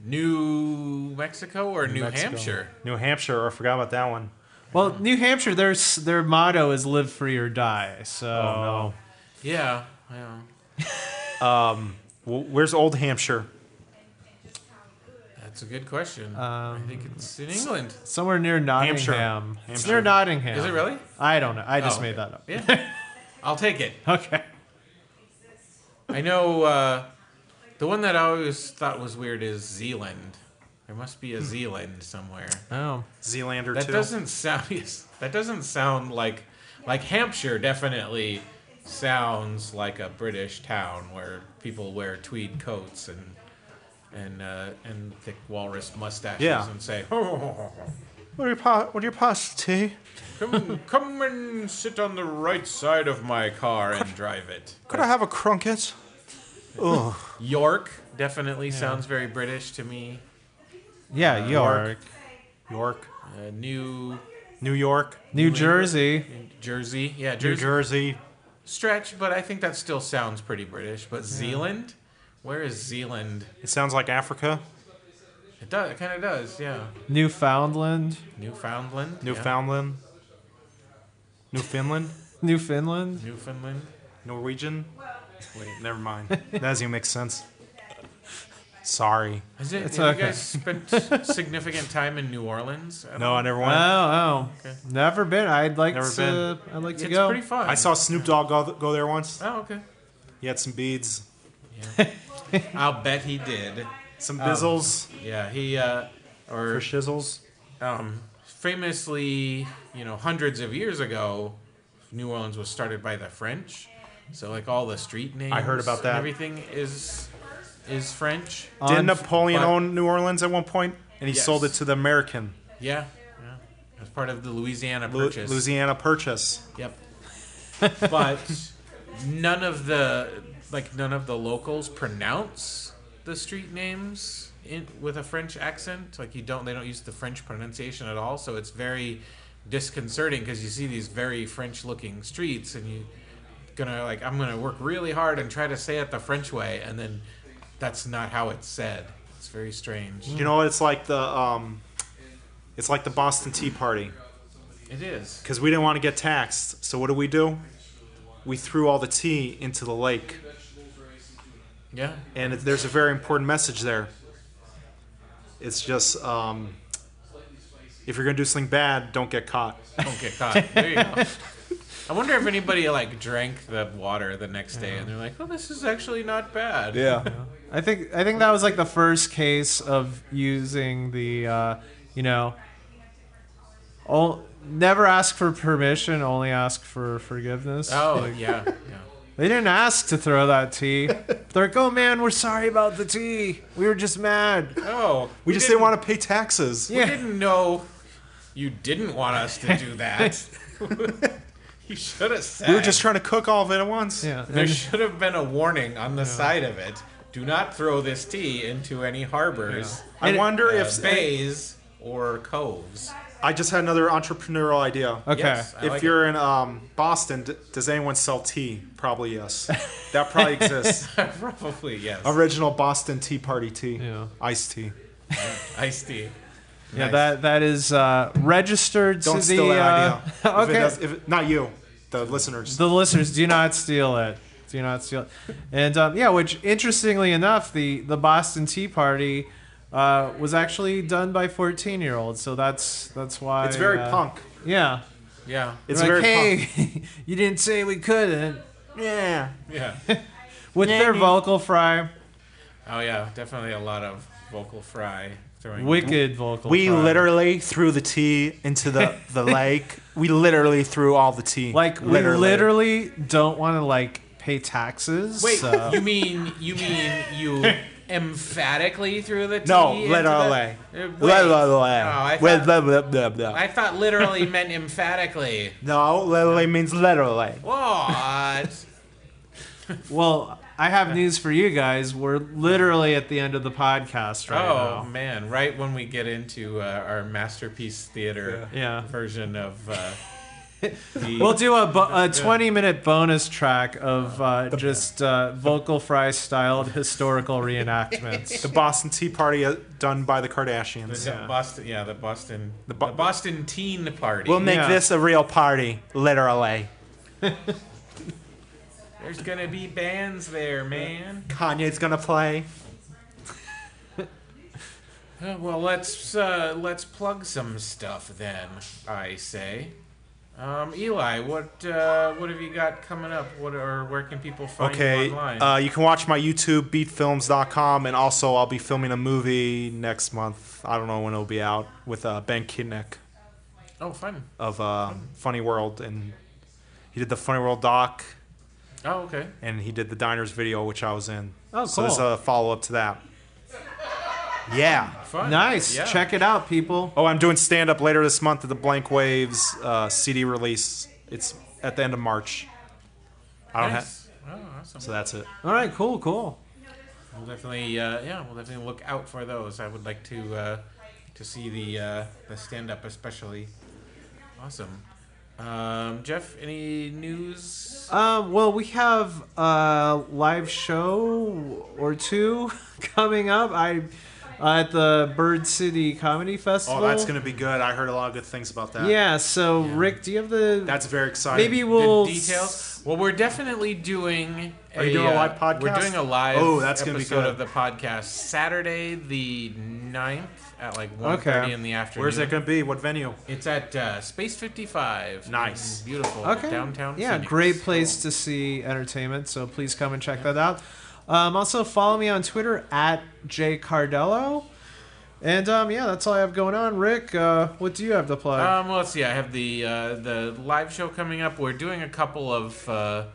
Speaker 2: New Mexico or New
Speaker 3: Mexico.
Speaker 2: Hampshire.
Speaker 3: New Hampshire. I forgot about that one.
Speaker 1: Well, New Hampshire, their s- their motto is "Live Free or Die." So
Speaker 2: Oh, Yeah. yeah.
Speaker 3: Well, where's Old Hampshire?
Speaker 2: That's a good question.
Speaker 1: Um,
Speaker 2: I think it's in England.
Speaker 1: somewhere near Nottingham,
Speaker 3: Hampshire.
Speaker 1: it's
Speaker 3: Hampshire.
Speaker 1: near Nottingham.
Speaker 2: Is it really?
Speaker 1: I don't know. I just
Speaker 2: Oh,
Speaker 1: made
Speaker 2: okay.
Speaker 1: that up.
Speaker 2: Yeah. I'll take it.
Speaker 1: Okay.
Speaker 2: I know uh, the one that I always thought was weird is Zealand. There must be a
Speaker 1: Hmm.
Speaker 2: Zealand somewhere.
Speaker 1: Oh,
Speaker 3: Zealander
Speaker 2: That
Speaker 3: too.
Speaker 2: doesn't sound yes, that doesn't sound like like Hampshire definitely sounds like a British town where people wear tweed coats and and uh, and thick walrus mustaches
Speaker 3: Yeah.
Speaker 2: and say "Oh,
Speaker 3: What are your pa- What are your eh? past tea?
Speaker 2: come come and sit on the right side of my car and drive it.
Speaker 3: Could I have a crunkit?
Speaker 2: York definitely sounds very British to me.
Speaker 1: yeah, York,
Speaker 3: York,
Speaker 2: Uh, New
Speaker 3: New York,
Speaker 1: New Jersey.
Speaker 2: Jersey, yeah,
Speaker 3: New
Speaker 2: Jersey
Speaker 3: Jersey.
Speaker 2: stretch, but I think that still sounds pretty British. But Zealand, where is Zealand?
Speaker 3: It sounds like Africa.
Speaker 2: It does. It kind of does. Yeah.
Speaker 1: Newfoundland,
Speaker 2: Newfoundland. yeah.
Speaker 3: Newfoundland. Newfoundland.
Speaker 1: Newfoundland.
Speaker 2: Newfoundland.
Speaker 3: Norwegian. Wait, never mind. That doesn't even make sense. Sorry.
Speaker 2: Is it?
Speaker 1: It's
Speaker 2: have
Speaker 1: okay.
Speaker 2: you guys spent significant time in New Orleans? at
Speaker 3: No,
Speaker 2: all?
Speaker 3: I never
Speaker 1: Oh,
Speaker 3: went.
Speaker 1: oh,
Speaker 2: Okay.
Speaker 1: never been. I'd like
Speaker 3: Never
Speaker 1: to. I'd like
Speaker 2: It's
Speaker 1: to go.
Speaker 2: pretty fun.
Speaker 3: I saw Snoop Dogg go, go there once.
Speaker 2: Oh, okay.
Speaker 3: He had some beads,
Speaker 2: I'll bet he did.
Speaker 3: some bizzles,
Speaker 2: Yeah, he uh,
Speaker 3: for
Speaker 2: or
Speaker 3: shizzles.
Speaker 2: um, famously, you know, hundreds of years ago, New Orleans was started by the French. So like all the street names.
Speaker 3: heard about
Speaker 2: and
Speaker 3: that. Uh,
Speaker 2: Everything is is French.
Speaker 1: On-
Speaker 3: Did Napoleon
Speaker 2: but-
Speaker 3: own New Orleans at one point? And he
Speaker 2: Yes.
Speaker 3: sold it to the American
Speaker 2: Yeah. Yeah. As part of the Louisiana
Speaker 3: Lu-
Speaker 2: Purchase.
Speaker 3: Louisiana Purchase.
Speaker 2: Yep. But none of the like none of the locals pronounce the street names in with a French accent. Like you don't they don't use the French pronunciation at all, so it's very disconcerting because you see these very French looking streets and you gonna like I'm gonna work really hard and try to say it the French way and then that's not how it's said. It's very strange.
Speaker 3: You know, it's like the um, it's like the Boston Tea Party
Speaker 2: It is.
Speaker 3: because we didn't want to get taxed. So what do we do? We threw all the tea into the lake,
Speaker 2: Yeah.
Speaker 3: and it, there's a very important message there. It's just um, if you're gonna do something bad, don't get caught.
Speaker 2: Don't get caught. There you go. I wonder if anybody like drank the water the next day and they're like, "Oh, this is actually not bad."
Speaker 3: Yeah.
Speaker 1: I think. I think that was like the first case of using the. Uh, you know. All, never ask for permission. Only ask for forgiveness.
Speaker 2: Oh yeah, yeah.
Speaker 1: They didn't ask to throw that tea. They're like, oh man, we're sorry about the tea. We were just mad.
Speaker 2: Oh,
Speaker 3: We, just didn't, want to pay taxes.
Speaker 2: We
Speaker 1: Yeah.
Speaker 2: didn't know you didn't want us to do that. you should have said.
Speaker 3: We were just trying to cook all of it at once.
Speaker 1: Yeah.
Speaker 2: There
Speaker 1: and-
Speaker 2: should have been a warning on the side of it. Do not throw this tea into any harbors,
Speaker 3: I
Speaker 1: And-
Speaker 3: wonder
Speaker 2: uh,
Speaker 3: if
Speaker 2: bays, or coves.
Speaker 3: I just had another entrepreneurial idea.
Speaker 1: okay.
Speaker 2: Yes, I
Speaker 3: if
Speaker 2: like it.
Speaker 3: you're in um, Boston, d- does anyone sell tea? Probably yes. That probably exists.
Speaker 2: probably yes,
Speaker 3: Original Boston Tea Party tea.
Speaker 1: Yeah.
Speaker 3: Iced tea.
Speaker 2: iced tea.
Speaker 1: Yeah,
Speaker 3: Nice.
Speaker 1: that that is uh, registered
Speaker 3: Don't
Speaker 1: to
Speaker 3: steal
Speaker 1: the.
Speaker 3: that
Speaker 1: uh,
Speaker 3: idea. If it
Speaker 1: okay.
Speaker 3: does- if it- not you, the listeners.
Speaker 1: the listeners do not steal it do not steal it and um, yeah which interestingly enough the the boston tea party uh, was actually done by 14 year olds so that's that's why
Speaker 3: it's very
Speaker 1: uh,
Speaker 3: punk.
Speaker 1: yeah
Speaker 2: Yeah,
Speaker 3: It's
Speaker 1: They're
Speaker 3: very
Speaker 1: like, hey you didn't say we couldn't
Speaker 3: Yeah.
Speaker 2: yeah.
Speaker 1: with their vocal fry
Speaker 2: Oh yeah, definitely a lot of vocal fry throwing.
Speaker 1: wicked vocal
Speaker 3: We
Speaker 1: fry.
Speaker 3: literally threw the tea into the, the lake. We literally threw all the tea.
Speaker 1: like we literally don't want to like pay taxes
Speaker 2: Wait,
Speaker 1: so.
Speaker 2: you mean you mean you emphatically threw the T?
Speaker 3: No,
Speaker 2: into
Speaker 3: literally.
Speaker 2: The, Uh, wait. No,
Speaker 3: Literally.
Speaker 2: I
Speaker 3: Well,
Speaker 2: thought-
Speaker 3: blah, blah, blah, blah.
Speaker 2: I thought literally meant emphatically.
Speaker 3: No, literally means literally.
Speaker 2: What?
Speaker 1: well i have news for you guys we're literally at the end of the podcast right now
Speaker 2: oh man! Right when we get into uh, our masterpiece theater
Speaker 1: Yeah. Yeah.
Speaker 2: version of uh,
Speaker 1: We'll do a, bo- a 20 minute bonus track of uh, just uh, vocal fry styled historical reenactments.
Speaker 3: The Boston Tea Party uh, done by the Kardashians.
Speaker 2: The Boston, yeah, the Boston, the,
Speaker 3: Bo-
Speaker 2: Boston Teen Party.
Speaker 3: We'll make
Speaker 1: Yeah.
Speaker 3: this a real party, literally.
Speaker 2: There's gonna be bands there, man.
Speaker 3: Kanye's gonna play.
Speaker 2: Uh, well, let's uh, let's plug some stuff then. I say, um, Eli, what uh, what have you got coming up? What or where can people find
Speaker 3: Okay,
Speaker 2: you online?
Speaker 3: uh, you can watch my YouTube, beatfilms.com, and also I'll be filming a movie next month. I don't know when it'll be out with uh, Ben Kidnick
Speaker 2: oh, fun.
Speaker 3: of uh, Funny World, and he did the Funny World doc,
Speaker 2: Oh, okay.
Speaker 3: and he did the Diners video, which I was in.
Speaker 1: Oh,
Speaker 3: So there's
Speaker 1: cool.
Speaker 3: a follow up to that. Yeah.
Speaker 2: Fun.
Speaker 1: nice.
Speaker 2: Yeah.
Speaker 1: Check it out, people.
Speaker 3: Oh, I'm doing stand up later this month at the Blank Waves uh, CD release. It's at the end of March. I don't have.
Speaker 2: Nice. Oh, awesome.
Speaker 3: So that's it.
Speaker 1: All right, cool, cool.
Speaker 2: We'll definitely, uh, yeah, we'll definitely look out for those. I would like to uh, to see the uh, the stand up, especially. Awesome, um, Jeff. Any news?
Speaker 1: Um, well, we have a live show or two coming up. I at the Bird City Comedy
Speaker 3: Oh,
Speaker 1: Festival.
Speaker 3: that's gonna be good. I heard a lot of good things about that.
Speaker 1: Yeah. So, Rick, do you have the?
Speaker 3: That's very exciting.
Speaker 1: maybe
Speaker 2: The
Speaker 1: we'll
Speaker 2: details. Well, we're definitely doing.
Speaker 3: Are you doing a
Speaker 2: uh,
Speaker 3: live podcast?
Speaker 2: We're doing a live.
Speaker 3: Oh, that's gonna be
Speaker 2: episode
Speaker 3: good.
Speaker 2: of the podcast Saturday the 9th at like 1.30 in the afternoon.
Speaker 3: Where's it gonna be? What venue?
Speaker 2: It's at uh, Space 55.
Speaker 3: Nice.
Speaker 2: in Beautiful.
Speaker 1: Okay.
Speaker 2: Downtown.
Speaker 1: Yeah,
Speaker 2: Phoenix.
Speaker 1: great place to see entertainment. So please come and check that out. Um, also follow me on Twitter at Jay Cardello. And um, yeah, that's all I have going on. Rick, uh, what do you have to plug?
Speaker 2: Um, well, let's see. I have the uh, the live show coming up. We're doing a couple of uh,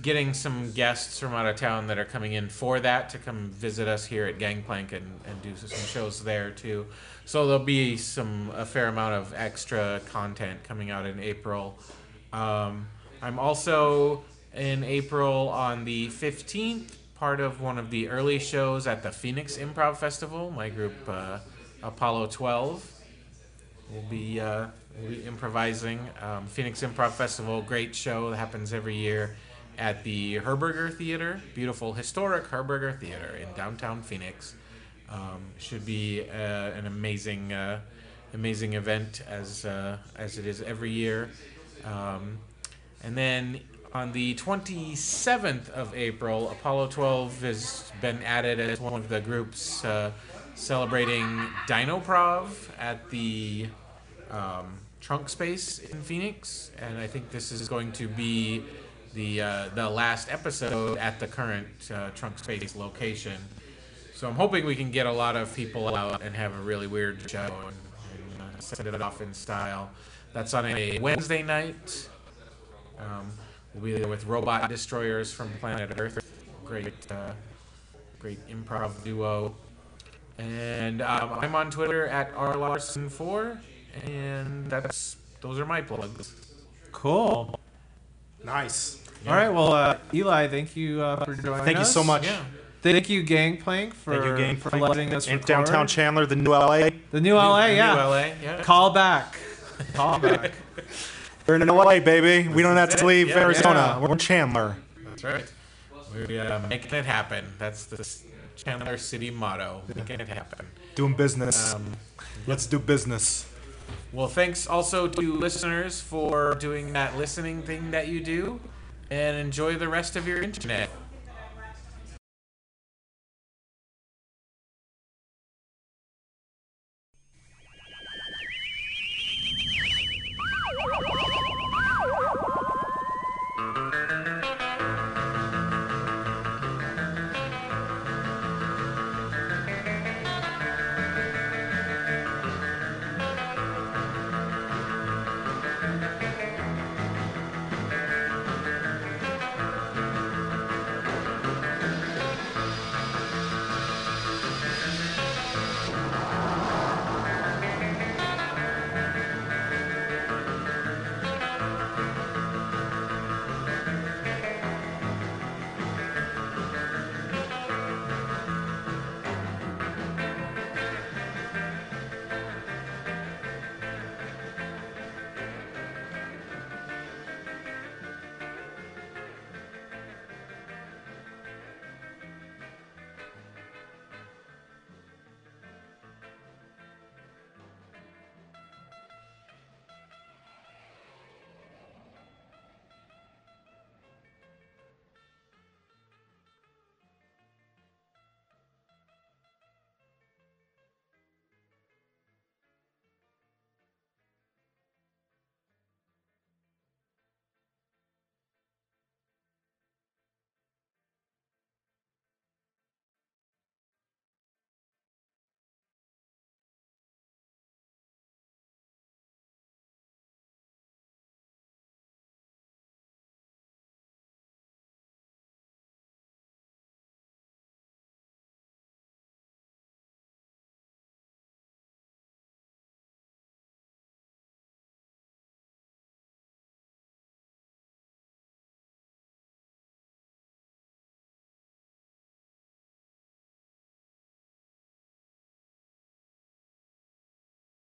Speaker 2: getting some guests from out of town that are coming in for that to come visit us here at Gangplank and, and do some shows there too. So there'll be some a fair amount of extra content coming out in April. Um, I'm also in April on the 15th, part of one of the early shows at the Phoenix Improv Festival. My group uh, Apollo 12 We'll be, uh, we'll be improvising. Um, Phoenix Improv Festival, great show that happens every year at the Herberger Theater, beautiful historic Herberger Theater in downtown Phoenix. Um, should be uh, an amazing, uh, amazing event as uh, as it is every year. Um, and then on the 27th of April, Apollo 12 has been added as one of the groups uh, celebrating Dinoprov at the um, Trunk Space in Phoenix. And I think this is going to be the, uh, the last episode at the current uh, Trunk Space location. So I'm hoping we can get a lot of people out and have a really weird show and, and uh, set it off in style. That's on a Wednesday night. Um, we'll be there with robot destroyers from planet Earth. Great, uh, great improv duo. And um, I'm on Twitter at rlarson4, and that's those are my plugs.
Speaker 1: cool.
Speaker 3: Nice.
Speaker 1: All right. Well, uh, Eli, thank you uh, for joining
Speaker 3: Thank you
Speaker 1: us.
Speaker 3: so much.
Speaker 2: Yeah.
Speaker 1: Thank you, Gangplank, for,
Speaker 3: Thank you,
Speaker 1: for
Speaker 3: Gangplank.
Speaker 1: letting us
Speaker 3: And
Speaker 1: record.
Speaker 3: downtown Chandler, the new LA.
Speaker 1: the new LA,
Speaker 2: New
Speaker 1: yeah.
Speaker 2: LA, yeah.
Speaker 1: Call back. Call back.
Speaker 3: We're in LA, baby. We don't have
Speaker 2: That's
Speaker 3: to
Speaker 2: it.
Speaker 3: leave
Speaker 2: Yeah,
Speaker 3: Arizona.
Speaker 1: yeah.
Speaker 3: We're in Chandler.
Speaker 2: That's right. We're uh, making it happen. That's the s- Chandler City motto. Making it happen.
Speaker 3: Doing business.
Speaker 2: Um,
Speaker 3: Let's do business.
Speaker 2: Well, thanks also to listeners for doing that listening thing that you do, and enjoy the rest of your internet.